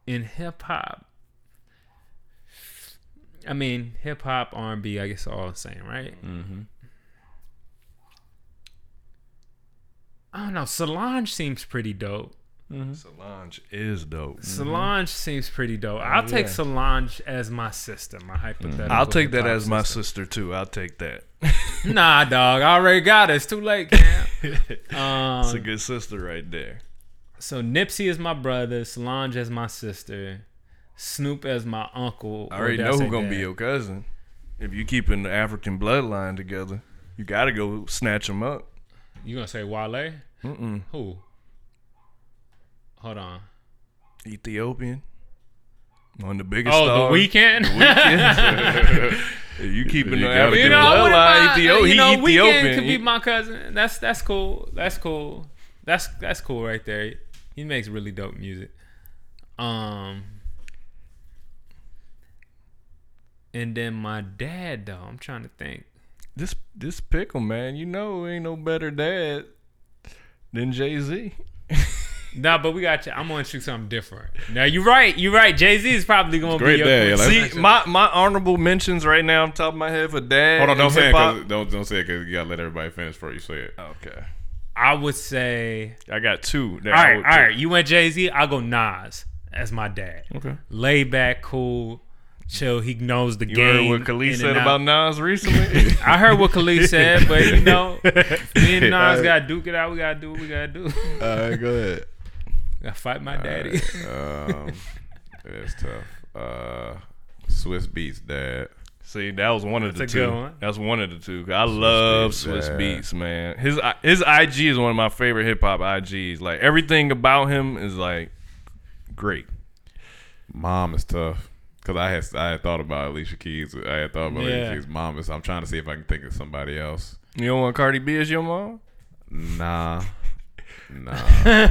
E: in hip hop. I mean, hip hop, R and B, I guess, are all the same, right? Mm-hmm. I don't know. Solange seems pretty dope.
F: Solange is dope.
E: Solange seems pretty dope. I'll take Solange as my sister, my hypothetical.
F: I'll take that
E: hip-hop
F: as my sister too. I'll take that.
E: sister. Nah, dog. I already got it. It's too late, Cam. Um,
F: It's a good sister right there.
E: so Nipsey is my brother. Solange as my sister. Snoop as my uncle.
F: I already know who's gonna be your cousin. If you keeping the African bloodline together, you gotta go snatch him up.
E: You gonna say Wale? Mm-mm. Who? Hold on.
F: Ethiopian, one of the biggest.
E: Oh,
F: stars.
E: the weekend.
F: If you keeping
D: You
F: the
D: gotta
F: African
D: get
E: you know, what
F: bloodline,
E: about,
F: Ethiop-
E: uh, you
F: he
E: know,
F: Ethiopian.
E: Weekend could be my cousin. That's that's cool. That's cool. That's that's cool right there. He makes really dope music. Um, and then my dad though. I'm trying to think.
F: this this pickle man, you know, ain't no better dad than Jay Z.
E: Nah, but we got you. I'm gonna shoot something different. Now you're right. You're right. Jay Z is probably gonna
D: Great
E: be your
D: dad, yeah,
E: cousin.
D: let's-
F: See, my, my honorable mentions right now, on top of my head for dad.
D: Hold on,
F: and
D: don't say it.
F: hip-hop-
D: 'cause- Don't don't say it because you gotta let everybody finish before you say it.
F: Okay,
E: I would say.
F: I got two. That
E: All
F: I
E: right,
F: would
E: all right. You went Jay Z. I go Nas as my dad.
D: Okay.
E: laid back, cool, chill. He knows the
F: pick. You
E: game.
F: heard what Khalid
E: in
F: said
E: and out.
F: about Nas recently.
E: I heard what Khalid said, but you know, me and Nas gotta duke it out. We gotta do what we gotta do.
D: All right, go ahead.
E: I fight my
D: All
E: daddy.
D: right, um, that's tough. Uh, Swiss Beats, Dad.
F: See, that was one of
E: That's
F: the
E: a
F: two.
E: good one.
F: That's one of the two. I love
D: Beats,
F: Swiss
D: yeah.
F: Beats, man. His his IG is one of my favorite hip hop IGs. Like everything about him is like great.
D: Mom is tough because I had I had thought about Alicia Keys. I had thought about
E: Yeah.
D: Alicia Keys' mom. Is I'm trying to see if I can think of somebody else.
F: You don't want Cardi B as your mom?
D: Nah, nah.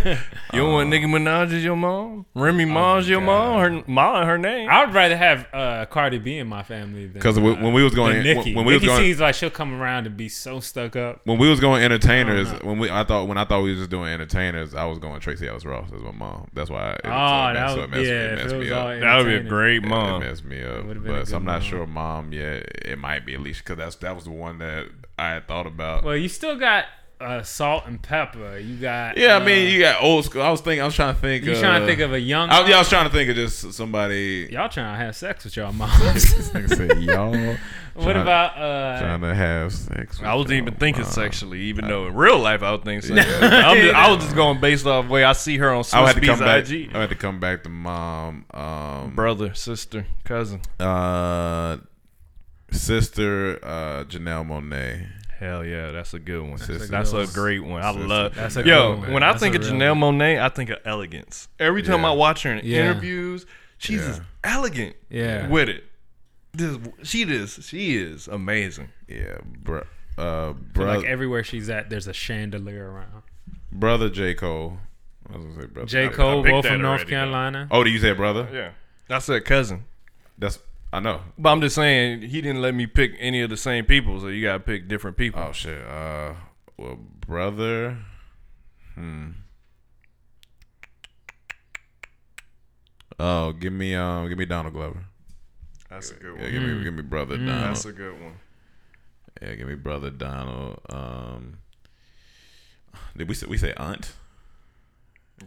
F: You don't want Nicki Minaj as your mom? Remy Ma's your mom? Her ma, her name?
E: I would rather have uh, Cardi B in my family than uh,
D: Because when when we was going
E: than Nicki.
D: when, when we was
E: Nicki
D: going
E: seems like she'll come around and be so stuck up.
D: when we was going entertainers when we I thought when I thought we was just doing entertainers I was going Tracy Ellis Ross as my mom. That's why. It,
E: Oh,
D: that's
E: that
D: what
E: would
D: messed- it
E: yeah. If
D: messed
E: it was
D: me
E: all
D: up.
F: That would be a
E: entertaining.
F: great
D: It-
F: mom.
D: It messed me up.
E: Would've been a
D: But so
E: good
D: I'm not
E: mom.
D: sure mom yet. It might be Alicia because that's that was the one that I had thought about.
E: Well, you still got uh, salt and pepper. You got
D: yeah, I
E: uh,
D: mean you got old school. I was thinking. I was trying to think.
E: you
D: uh,
E: trying to think of a young.
D: I, was- yeah, I was trying to think of just somebody.
E: y'all trying to have sex with y'all moms.
D: Like I said, y'all.
E: what
D: trying-
E: about uh,
D: trying to have sex? with
F: I wasn't even
E: Oh,
D: y'all
F: thinking
D: mom.
F: sexually, even though in real life I would think sexually. I'm just, I was just going based off way I see her on
D: I
F: Swiss
D: had to
F: Beats
D: come back.
F: IG.
D: I had to come back to mom. Um,
F: Brother, sister, cousin.
D: uh, sister uh, Janelle Monet.
F: Hell yeah, that's a good one. That's,
D: Sister.
F: a great one. I love.
E: That's a
F: Yo,
E: good one.
F: when I
E: That's
F: think
E: a
F: of
E: real
F: Janelle
E: one.
F: Monet, I think of elegance. Every time
D: Yeah.
F: I watch her in
E: Yeah.
F: interviews, she's just elegant.
E: Yeah.
F: with it. This, she is. She is amazing.
D: Yeah, bro. Uh, bro,
E: like everywhere she's at? There's a chandelier around.
D: brother J Cole. I was gonna say brother
E: J
D: I-
E: Cole,
F: picked
E: both
F: that
E: from North
F: already, though.
E: Carolina.
D: Oh, do you say brother?
F: Yeah, I said cousin,
D: That's I know.
F: but I'm just saying he didn't let me pick any of the same people, so you gotta pick different people.
D: Oh shit. Uh, well, brother. Hmm. Oh, give me um, give me Donald Glover.
F: that's a good
D: Yeah, give me give me brother
F: That's
D: Donald.
F: a good one.
D: yeah, give me brother Donald. Um, did we say we say aunt?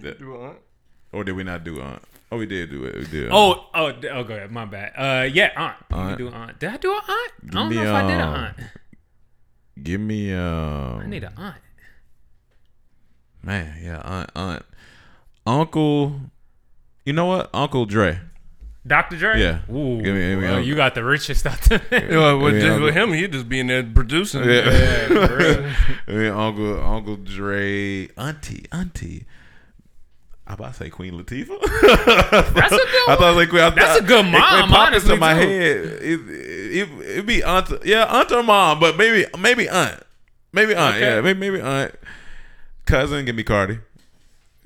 D: Yeah.
F: You want?
D: Or did we not do aunt? Oh, we did do it. We did. Aunt.
E: Oh, oh, d- oh, go ahead. My bad. Uh, yeah, aunt. You can
D: Aunt.
E: do aunt. Did I do an aunt? I don't
D: me,
E: know if I did an
D: um,
E: aunt.
D: give me um.
E: I need an aunt.
D: man. Yeah, aunt, aunt, uncle. You know what, Uncle Dre.
E: Dr. Dre.
D: Yeah.
E: Ooh.
D: Give me- give me
E: well,
D: Uncle-
E: you got the richest out there.
F: Yeah, with,
D: Yeah,
F: just, with
D: Uncle-
F: him, he'd just be in there producing.
D: Yeah. I mean, Uncle Uncle Dre, Auntie, Auntie. I about to say Queen Latifah.
E: That's a good
D: I thought it was like Queen. I thought,
E: That's a good
D: it-
E: mom,
D: It, popped
E: honestly,
D: into my
E: too.
D: head. It it would be aunt. Yeah, aunt or mom, but maybe maybe aunt. Maybe aunt.
E: Okay.
D: Yeah, maybe maybe aunt. Cousin, give me Cardi.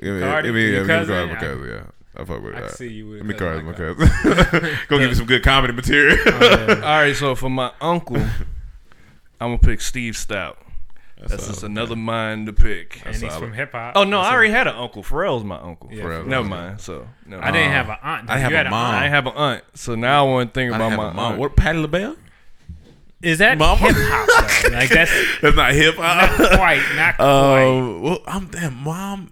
D: Give me,
E: Cardi,
D: give me,
E: your
D: give me
E: cousin?
D: Cardi, my
E: I-
D: cousin. Yeah, I fuck with
E: I
D: that.
E: see you with a
D: Give me Cardi,
E: cousin Oh,
D: my
E: like
D: cousin. Go give me some good comedy material.
F: All right, so for my uncle, I'm gonna pick Steve Stout. That's just another mind to pick.
E: and he's
D: solid.
E: from hip hop.
F: Oh no, I already had an uncle. Pharrell's my uncle.
D: Pharrell.
F: Never mind. So never
E: I
F: mind.
E: didn't have an aunt.
D: I have
E: You
D: a
E: had an
D: mom.
E: aunt.
F: I didn't have an aunt. So now I want to think
D: I
F: about
D: have
F: my
D: a mom.
F: aunt.
D: What Patty LaBelle?
E: Is that
D: Mama.
E: hip hop? though? Like that's
D: That's not hip
E: not
D: hop.
E: quite. Not quite.
D: Um, well, I'm damn mom.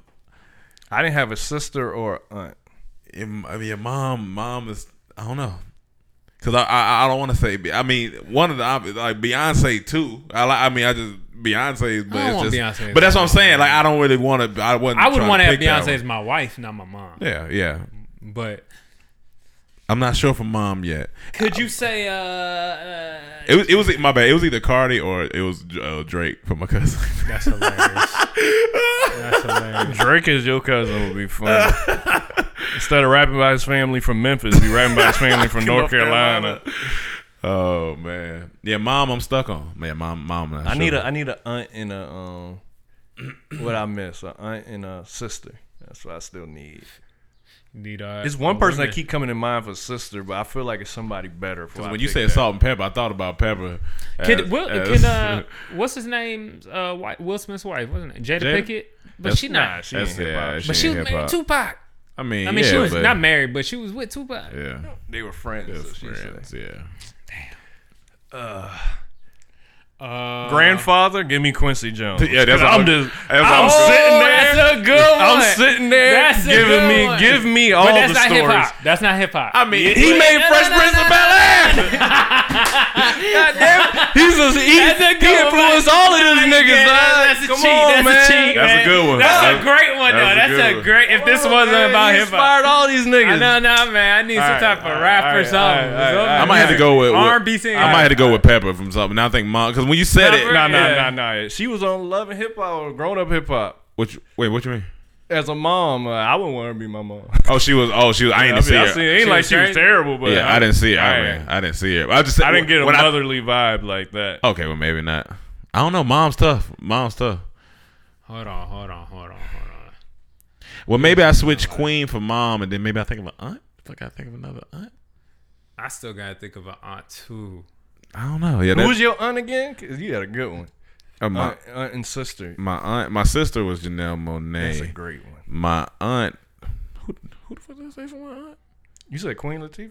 F: I didn't have a sister or an aunt.
D: Your, I mean, your mom, mom is. I don't know. Cause I, I, I don't want to say. I mean, one of the obvious, like Beyonce too. I like. I mean, I just Beyonce, but
E: I don't
D: it's
E: want
D: just.
E: Beyonce.
D: But that's what I'm saying. Like, I don't really want to. I wasn't.
E: I would
D: want to
E: have
D: pick that
E: Beyonce as my wife, not my mom.
D: one. Yeah, yeah.
E: But
D: I'm not sure for mom yet.
E: could you say uh, uh
D: It was. It was my bad. It was either Cardi or it was uh, Drake for my cousin.
E: That's hilarious. That's hilarious.
F: Drake is your cousin would be fun. Instead of rapping about his family from Memphis, be rapping about his family from North Carolina.
D: oh man, yeah, mom. I'm stuck on. Man, mom, mom. Not
F: I need
D: sure.
F: a I need a aunt and a um what I miss a aunt and a sister. That's what I still need.
E: Need, uh,
F: It's
E: a
D: Oh,
F: one person that
E: woman.
F: keep coming to mind for sister, but I feel like it's somebody better. For
D: when you said salt and pepper, I thought about pepper.
E: Can,
D: as-
E: Will,
D: as-
E: can uh, what's his name? Uh, Wi- Will Smith's wife wasn't it? Jada,
D: Jada?
E: Pickett, but
D: That's-
E: she
F: nah,
E: not.
F: she ain't
D: That's
F: hip
D: yeah,
F: hop.
E: but she was
D: hip-hop.
E: married to Tupac.
D: I mean,
E: I mean,
D: yeah,
E: she was
D: but-
E: not married, but she was with Tupac.
D: Yeah,
F: They were friends.
D: that's
F: so she
D: friends.
F: said.
D: Yeah,
E: Uh,
F: Grandfather, give me Quincy Jones.
D: yeah. That's
F: I'm
D: what
F: just.
D: that's what
F: I'm
D: saying.
F: sitting
E: Oh,
F: there.
E: That's a good one.
F: I'm sitting there
E: That's a
F: giving
E: good
F: me
E: one.
F: give me all
E: But that's
F: the
E: not hip
F: stories.
E: hop. That's not hip hop.
D: I mean,
F: He
E: No,
F: made
E: no,
F: Fresh
E: no,
F: Prince
E: no,
F: of
E: no,
F: Bel Air. He's was he,
E: That's a good
F: he
E: one.
F: influenced all of these
E: Yeah,
F: niggas. dog.
E: that's, that's a
F: Come
E: cheat.
F: on,
E: that's
F: man.
E: a cheat.
D: That's a
E: man.
D: good one.
E: That's
D: That's-
E: a great one,
D: that's a
E: though. That's
D: good
E: a,
D: one.
E: great. If this wasn't
F: Man,
E: about
F: he
E: hip hop,
F: inspired all these
E: I
F: niggas.
E: know, no, man. I need some
D: Alright,
E: type of
D: alright,
E: rap or
D: alright,
E: something.
D: alright, alright.
E: Something.
D: I might have to go with, with
E: R&B singer.
D: I might have to go with Pepper from something. Now I think mom because when you said it,
E: Pepper?
F: Nah, nah,
E: Yeah.
F: nah, nah. She was on Love and Hip Hop or Grown Up Hip Hop.
D: what you, wait, what you mean?
F: As a mom, uh, I wouldn't want her to be my mom.
D: Oh, she was. Oh, she was. I
F: I,
D: ain't
F: mean,
D: see
F: I
D: her.
F: seen, it ain't
E: She
F: like
E: was
F: she was
E: crazy?
F: terrible, but
D: yeah, I didn't see it. I,
F: I-
D: mean, I didn't see it. I just.
F: I didn't get a
D: when I-
F: motherly vibe like that.
D: okay, well maybe not. I don't know. Mom's tough. Mom's tough.
E: Hold on, hold on, hold on, hold on.
D: Well, maybe I switch Queen for Mom, and then maybe I think of an aunt. Fuck, I think of another aunt.
E: I still gotta think of an aunt too.
D: I don't know. Yeah, that,
F: Who's your aunt again? 'Cause you had a good one.
D: uh, my
F: Aunt, aunt and sister.
D: my aunt, my sister was Janelle Monet.
F: That's a great one.
D: my aunt. Who, who the fuck did I say for my aunt?
F: You said Queen Latifah?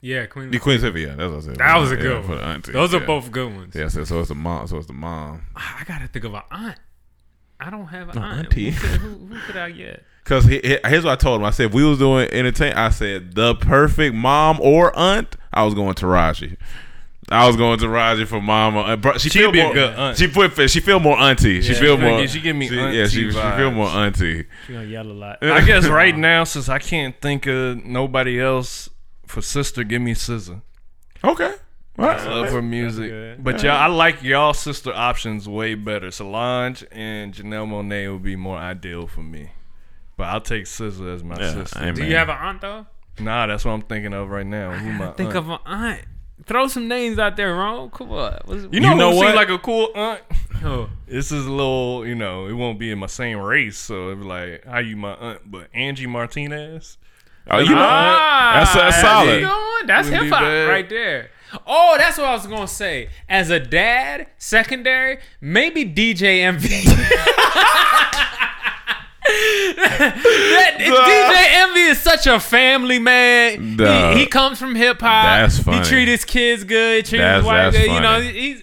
E: Yeah, Queen.
D: The Queen Sylvia. Yeah, that's what I said.
E: That was a
D: Yeah,
E: good
D: For
E: one.
D: the auntie,
E: Those are
D: yeah.
E: both good ones.
D: Yeah, so, so it's the mom. So it's the mom.
E: I gotta think of an aunt. I don't have an
D: An
E: aunt.
D: auntie.
E: Who, could, who, who could I get?
D: Cause he, he- here's what I told him. I said if we was doing entertain. I said the perfect mom or aunt. I was going Taraji. I was going Taraji for mom or aunt. Bro, She
F: She'd
D: feel
F: be a
D: more,
F: good aunt.
D: She feel, she feel more auntie. she
F: Yeah,
D: feel
F: she
D: more.
F: give- she give me
D: yeah.
F: auntie
D: She, she feel
F: vibes.
D: more auntie.
E: She gonna yell a lot.
F: I guess right now, since I can't think of nobody else for sister, give me scissor.
D: Okay. All right.
F: Love her music,
E: good.
F: but y'all, I like y'all sister options way better. Solange and Janelle Monet would be more ideal for me, but I'll take Scissor as my
D: Yeah,
F: sister.
D: amen.
E: Do you have an aunt though?
F: Nah, that's what I'm thinking of right now. Who my
E: Think
F: aunt?
E: of an aunt. Throw some names out there, Rome. Come on. What's, Oh.
F: you know,
D: You know
F: who
D: what?
F: seemed like a cool aunt.
E: Yo,
F: This is a little, you know, it won't be in my same race, so it'd be like, how you my aunt? But Angie Martinez,
D: Oh, you know.
F: Ah,
D: That's- that's solid.
E: Ah, you going? That's
F: Wouldn't be
E: hip hop
F: bad.
E: right there. Oh, that's what I was gonna say. As a dad, secondary, maybe DJ MV. that, DJ MV is such a family man.
D: Nah.
E: He, he comes from hip hop.
D: That's funny.
E: He treat his kids good. Treat
D: That's-
E: his wife
D: that's
E: good. You know,
D: funny.
E: he's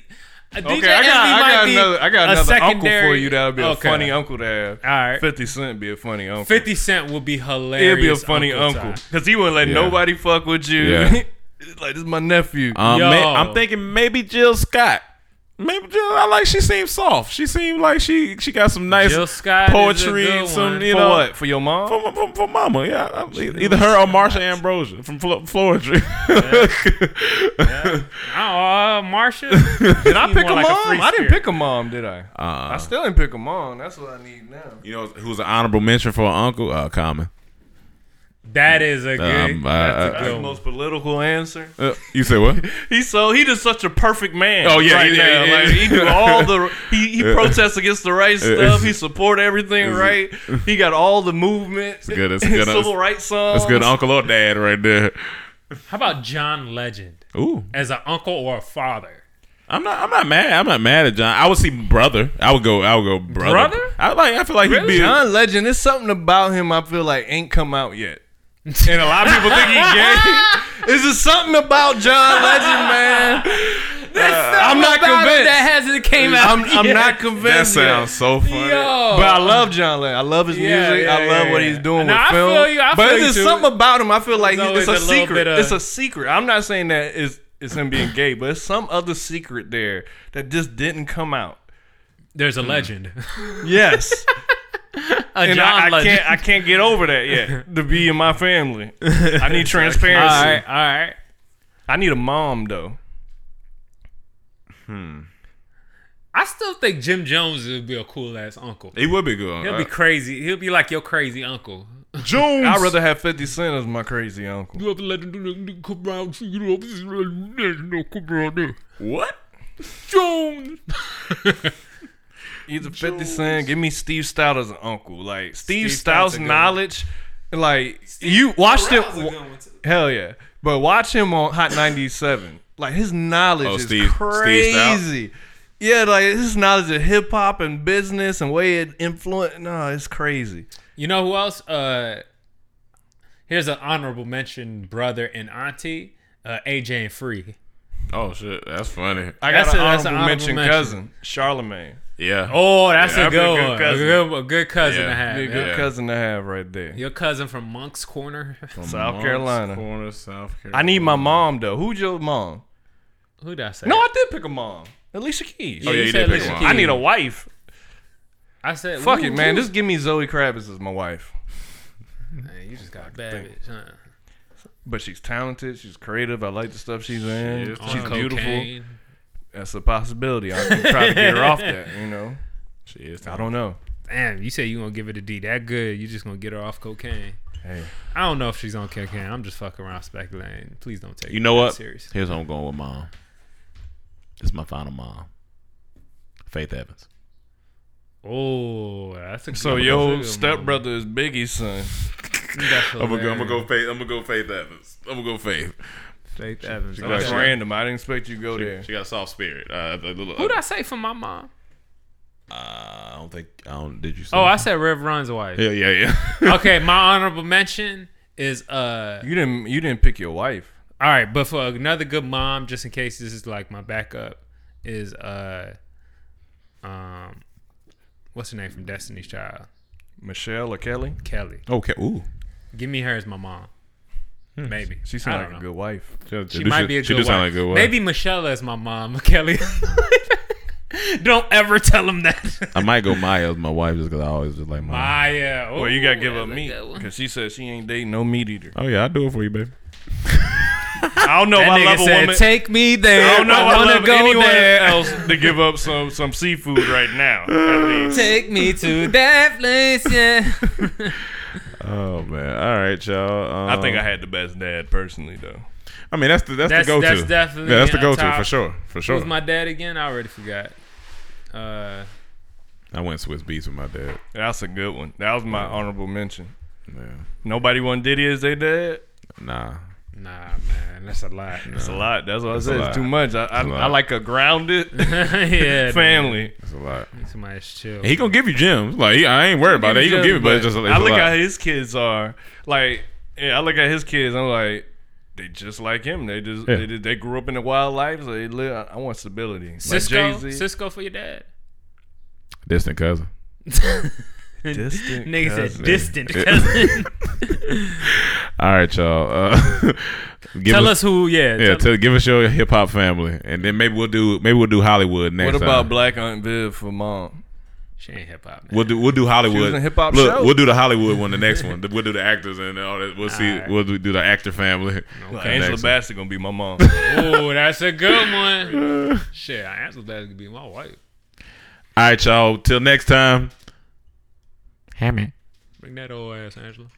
E: uh, DJ
F: Okay, I got,
E: MV
F: I
E: might
F: got
E: be
F: another, I got
E: a
F: another uncle for
E: secondary-
F: you that would be a
E: Okay.
F: funny uncle to have.
E: All right.
F: 50 Cent be a funny uncle.
E: 50 Cent would be hilarious.
F: It'd be a funny uncle.
E: time.
F: Because he wouldn't let
D: Yeah.
F: nobody fuck with you.
D: Yeah.
F: like, this is my nephew.
D: Um,
E: Yo.
D: may- I'm thinking maybe Jill Scott. Maybe Jill. I like she seems soft. She seemed like she she got some nice
E: Jill Scott is a
D: poetry
E: good
D: and some
E: one.
D: you
F: for
D: know
F: what? For your mom?
D: For, for, for Mama, yeah, I- I- either her or Marsha Ambrosia from Flo- Florida.
E: Oh, uh, Marsha.
F: did I
E: He's
F: pick a
E: more like a
F: mom?
E: free
F: I I didn't
E: spirit.
F: pick a mom, did I?
D: Uh,
F: I still didn't pick a mom. That's what I need now.
D: you know who's an honorable mention for an uncle? Uh, Common.
E: that is a good.
D: Um,
E: that's
D: I-
E: a
D: I-
E: good
F: That's the
E: one.
F: most political answer.
D: Uh, you said what?
F: He's so he just such a perfect man.
D: Oh, yeah,
F: right
D: yeah,
F: now.
D: yeah,
F: like
D: yeah.
F: he do all the he, he protests against the right stuff. He support everything right. He got all the movement. It's
D: good, it's good.
F: Civil rights songs.
D: That's good,
E: Oh.
D: uncle or dad, right there.
E: How about John Legend
D: Ooh,
E: as an uncle or a father?
D: I'm not. I'm not mad. I'm not mad at John. I would see brother. I would go. I would go brother.
E: Brother?
D: I like. I feel like he'd
E: Really?
D: be.
F: John Legend, there's something about him I feel like ain't come out yet. And a lot of people think he gay. Is there something about John Legend, man? I'm not
E: About it
F: convinced.
E: That hasn't came out.
F: I'm, I'm
E: yet.
F: not
D: that
F: convinced.
D: sounds so
E: Yo,
D: funny.
F: yet. But I love John Legend. I love his
E: Oh, uh, Yeah,
F: music.
E: yeah,
F: I love
E: yeah,
F: what
E: yeah.
F: he's doing
E: No,
F: with
E: I
F: film.
E: feel you. I
F: but
E: feel
F: there's
E: you, too.
F: something about him. I feel like
E: There's always
F: it's a,
E: a little
F: secret.
E: bit of-
F: It's a secret. I'm not saying that it's, it's him being gay, but it's some other secret there that just didn't come out.
E: There's a legend.
F: Yes.
E: A
F: and
E: John
F: I, I
E: Legend.
F: can't I can't get over that yet. To be in my family, I need transparency.
E: all right, all right.
F: I need a mom though.
E: I still think Jim Jones would be a cool ass uncle.
D: He would be uh, good.
E: He'll
D: Uh,
E: be crazy. He'll be like your crazy uncle.
D: Jones.
F: I'd rather have Fifty Cent as my crazy uncle.
E: You ever let him do that? Come around, see, you know, this is- no, come around there.
D: what?
E: Jones.
F: Either Fifty Cent, give me Steve Stout as an uncle. Like Steve,
E: Steve Stout's
F: Stout's
E: a good one.
F: knowledge, like you watched him. Hell yeah, but watch him on Hot ninety seven. Like his knowledge
D: Oh,
F: is
D: Steve- Steve Stout?
F: crazy. yeah, like his knowledge of hip hop and business and way it influenced. No, it's crazy.
E: You know who else? Uh, here's an honorable mention, brother and auntie, uh, AJ and Free.
D: Oh shit, that's funny.
F: I got
E: That's a- that's
F: an honorable,
E: an honorable
F: mention,
E: mention.
F: cousin, Charlemagne.
D: Yeah.
E: Oh, that's
D: Yeah,
E: a
D: that'd be a
E: good,
D: good
E: one. A
D: cousin.
E: good, a good cousin
D: Yeah,
E: to have.
F: Be a
E: yeah.
F: good
D: Yeah.
F: cousin to have right there.
E: Your cousin from Monk's Corner.
F: South Carolina.
D: Corner, South Carolina.
F: I need my mom though. Who's your mom?
E: Who did I say?
F: No, I did pick a mom.
G: Alicia Keys.
D: Oh, yeah,
E: you
D: you
E: said
D: did pick
E: Alicia
D: one.
E: Keys.
F: I need a wife.
E: I said,
F: Fuck
E: who-
F: it, man.
E: who-
F: Just give me Zoe Kravitz as my wife.
E: Man, you just got a bad bitch, huh?
F: But she's talented. She's creative. I like the stuff she's
D: She
F: in.
D: is
F: She's
E: On
F: beautiful.
E: cocaine.
F: That's a possibility. I can try to get her off that. You know.
D: She is.
F: I don't know.
E: Damn, you say you gonna give her the D that good? You just gonna get her off cocaine?
F: Hey,
E: I don't know if she's on cocaine. I'm just fucking around speculating. Please don't take
D: You
E: it
D: know
E: that
D: what?
E: Serious.
D: Here's what I'm going with mom. This is my final mom. Faith Evans.
E: Oh, that's a good
F: so
E: that's a
F: your
E: good one.
F: stepbrother is Biggie's son.
E: That's
D: I'm gonna, go, I'm gonna
E: hilarious.
D: go Faith. I'm gonna go Faith Evans. I'm gonna go Faith.
E: Faith Evans.
F: That's
E: Okay.
F: random. I didn't expect you to go there.
D: She got a soft spirit. Uh, a little,
E: Who'd I say for my mom?
D: uh, I don't think. I don't. Did you? Say
E: Oh, I said Rev Run's wife.
D: Yeah, yeah, yeah.
E: Okay, my honorable mention is uh
F: You didn't. You didn't pick your wife.
E: all right, but for another good mom, just in case this is like my backup, is uh um what's her name from Destiny's Child?
F: Michelle or Kelly?
E: Kelly.
D: okay. Ooh.
E: Give me her as my mom. Maybe.
F: She
E: I
F: sounds
E: don't
F: like a
E: know.
F: good wife.
E: She might be a
D: she
E: good,
D: do
E: wife.
D: sound like a good wife.
E: Maybe Michelle is my mom, Kelly. Don't ever tell him that.
D: I might go Maya as my wife just because I always just like Maya.
E: Maya.
F: Well, you
E: Ah, Ooh,
F: gotta give up
E: that's a
F: meat
E: good one.
F: because she said she ain't dating no meat eater.
D: Oh yeah, I'll do it for you, baby.
F: I don't know if
E: That
F: I love
E: nigga
F: a
E: said,
F: woman. Oh,
E: "Take me there.
F: I
E: I,
F: don't know if I
E: wanna
F: love
E: go
F: anyone
E: there.
F: else to give up some some seafood right now. At least.
E: Take me to that place." Yeah.
D: Oh man. All right, y'all. Um,
F: I think I had the best dad personally, though.
D: I mean, that's the that's,
E: That's-
D: the go to.
E: that's definitely
D: yeah, that's the
E: on
D: go to
E: top.
D: for sure. For sure.
E: Who's my dad again? I already forgot. Uh,
D: I went Swiss Beats with my dad.
F: That's a good one. That was my honorable mention.
D: Yeah.
F: Nobody won Diddy as they dad.
D: Nah.
E: nah, man, that's a lot.
F: It's a lot. That's what I said.
D: lot.
F: It's too much. I, I,
D: a lot.
F: I like a grounded
E: yeah,
F: family.
D: That's a lot.
E: dude. Somebody's chill.
D: And he gonna give you gems. Like he, I ain't worried about that. He gonna give you, but it's just it's
F: I
D: a
F: look
D: lot.
F: at his kids are like, yeah, I look at his kids. I'm like, they just like him. They just
D: Yeah.
F: they, just- they grew up in the wild life. So they live. I want stability. Like
E: Cisco,
F: Jay-Z.
E: Cisco for your dad.
D: Distant cousin.
F: Distant
E: Nigga
F: cousin.
E: said distant cousin.
D: All right, y'all. Uh, give
E: tell
D: us,
E: us who. Yeah,
D: yeah,
E: tell-
D: tell, give us your hip hop family, and then maybe we'll do maybe we'll do Hollywood next.
F: What about
D: time.
F: Black Aunt Viv for mom?
E: she ain't hip hop.
D: We'll do we'll do
F: She was
D: Hollywood
F: in Hip Hop
D: Look,
F: Show.
D: we'll do the Hollywood one, the next one. We'll do the actors and all that. We'll see.
E: All right.
D: We'll do, do the actor family.
F: Like,
D: Okay.
F: Angela
D: Next.
F: Bassett gonna be my mom.
E: Oh, that's a good one. Shit, I answered that to be my wife.
D: All right, y'all. Till next time.
E: Bring that old ass, Angela.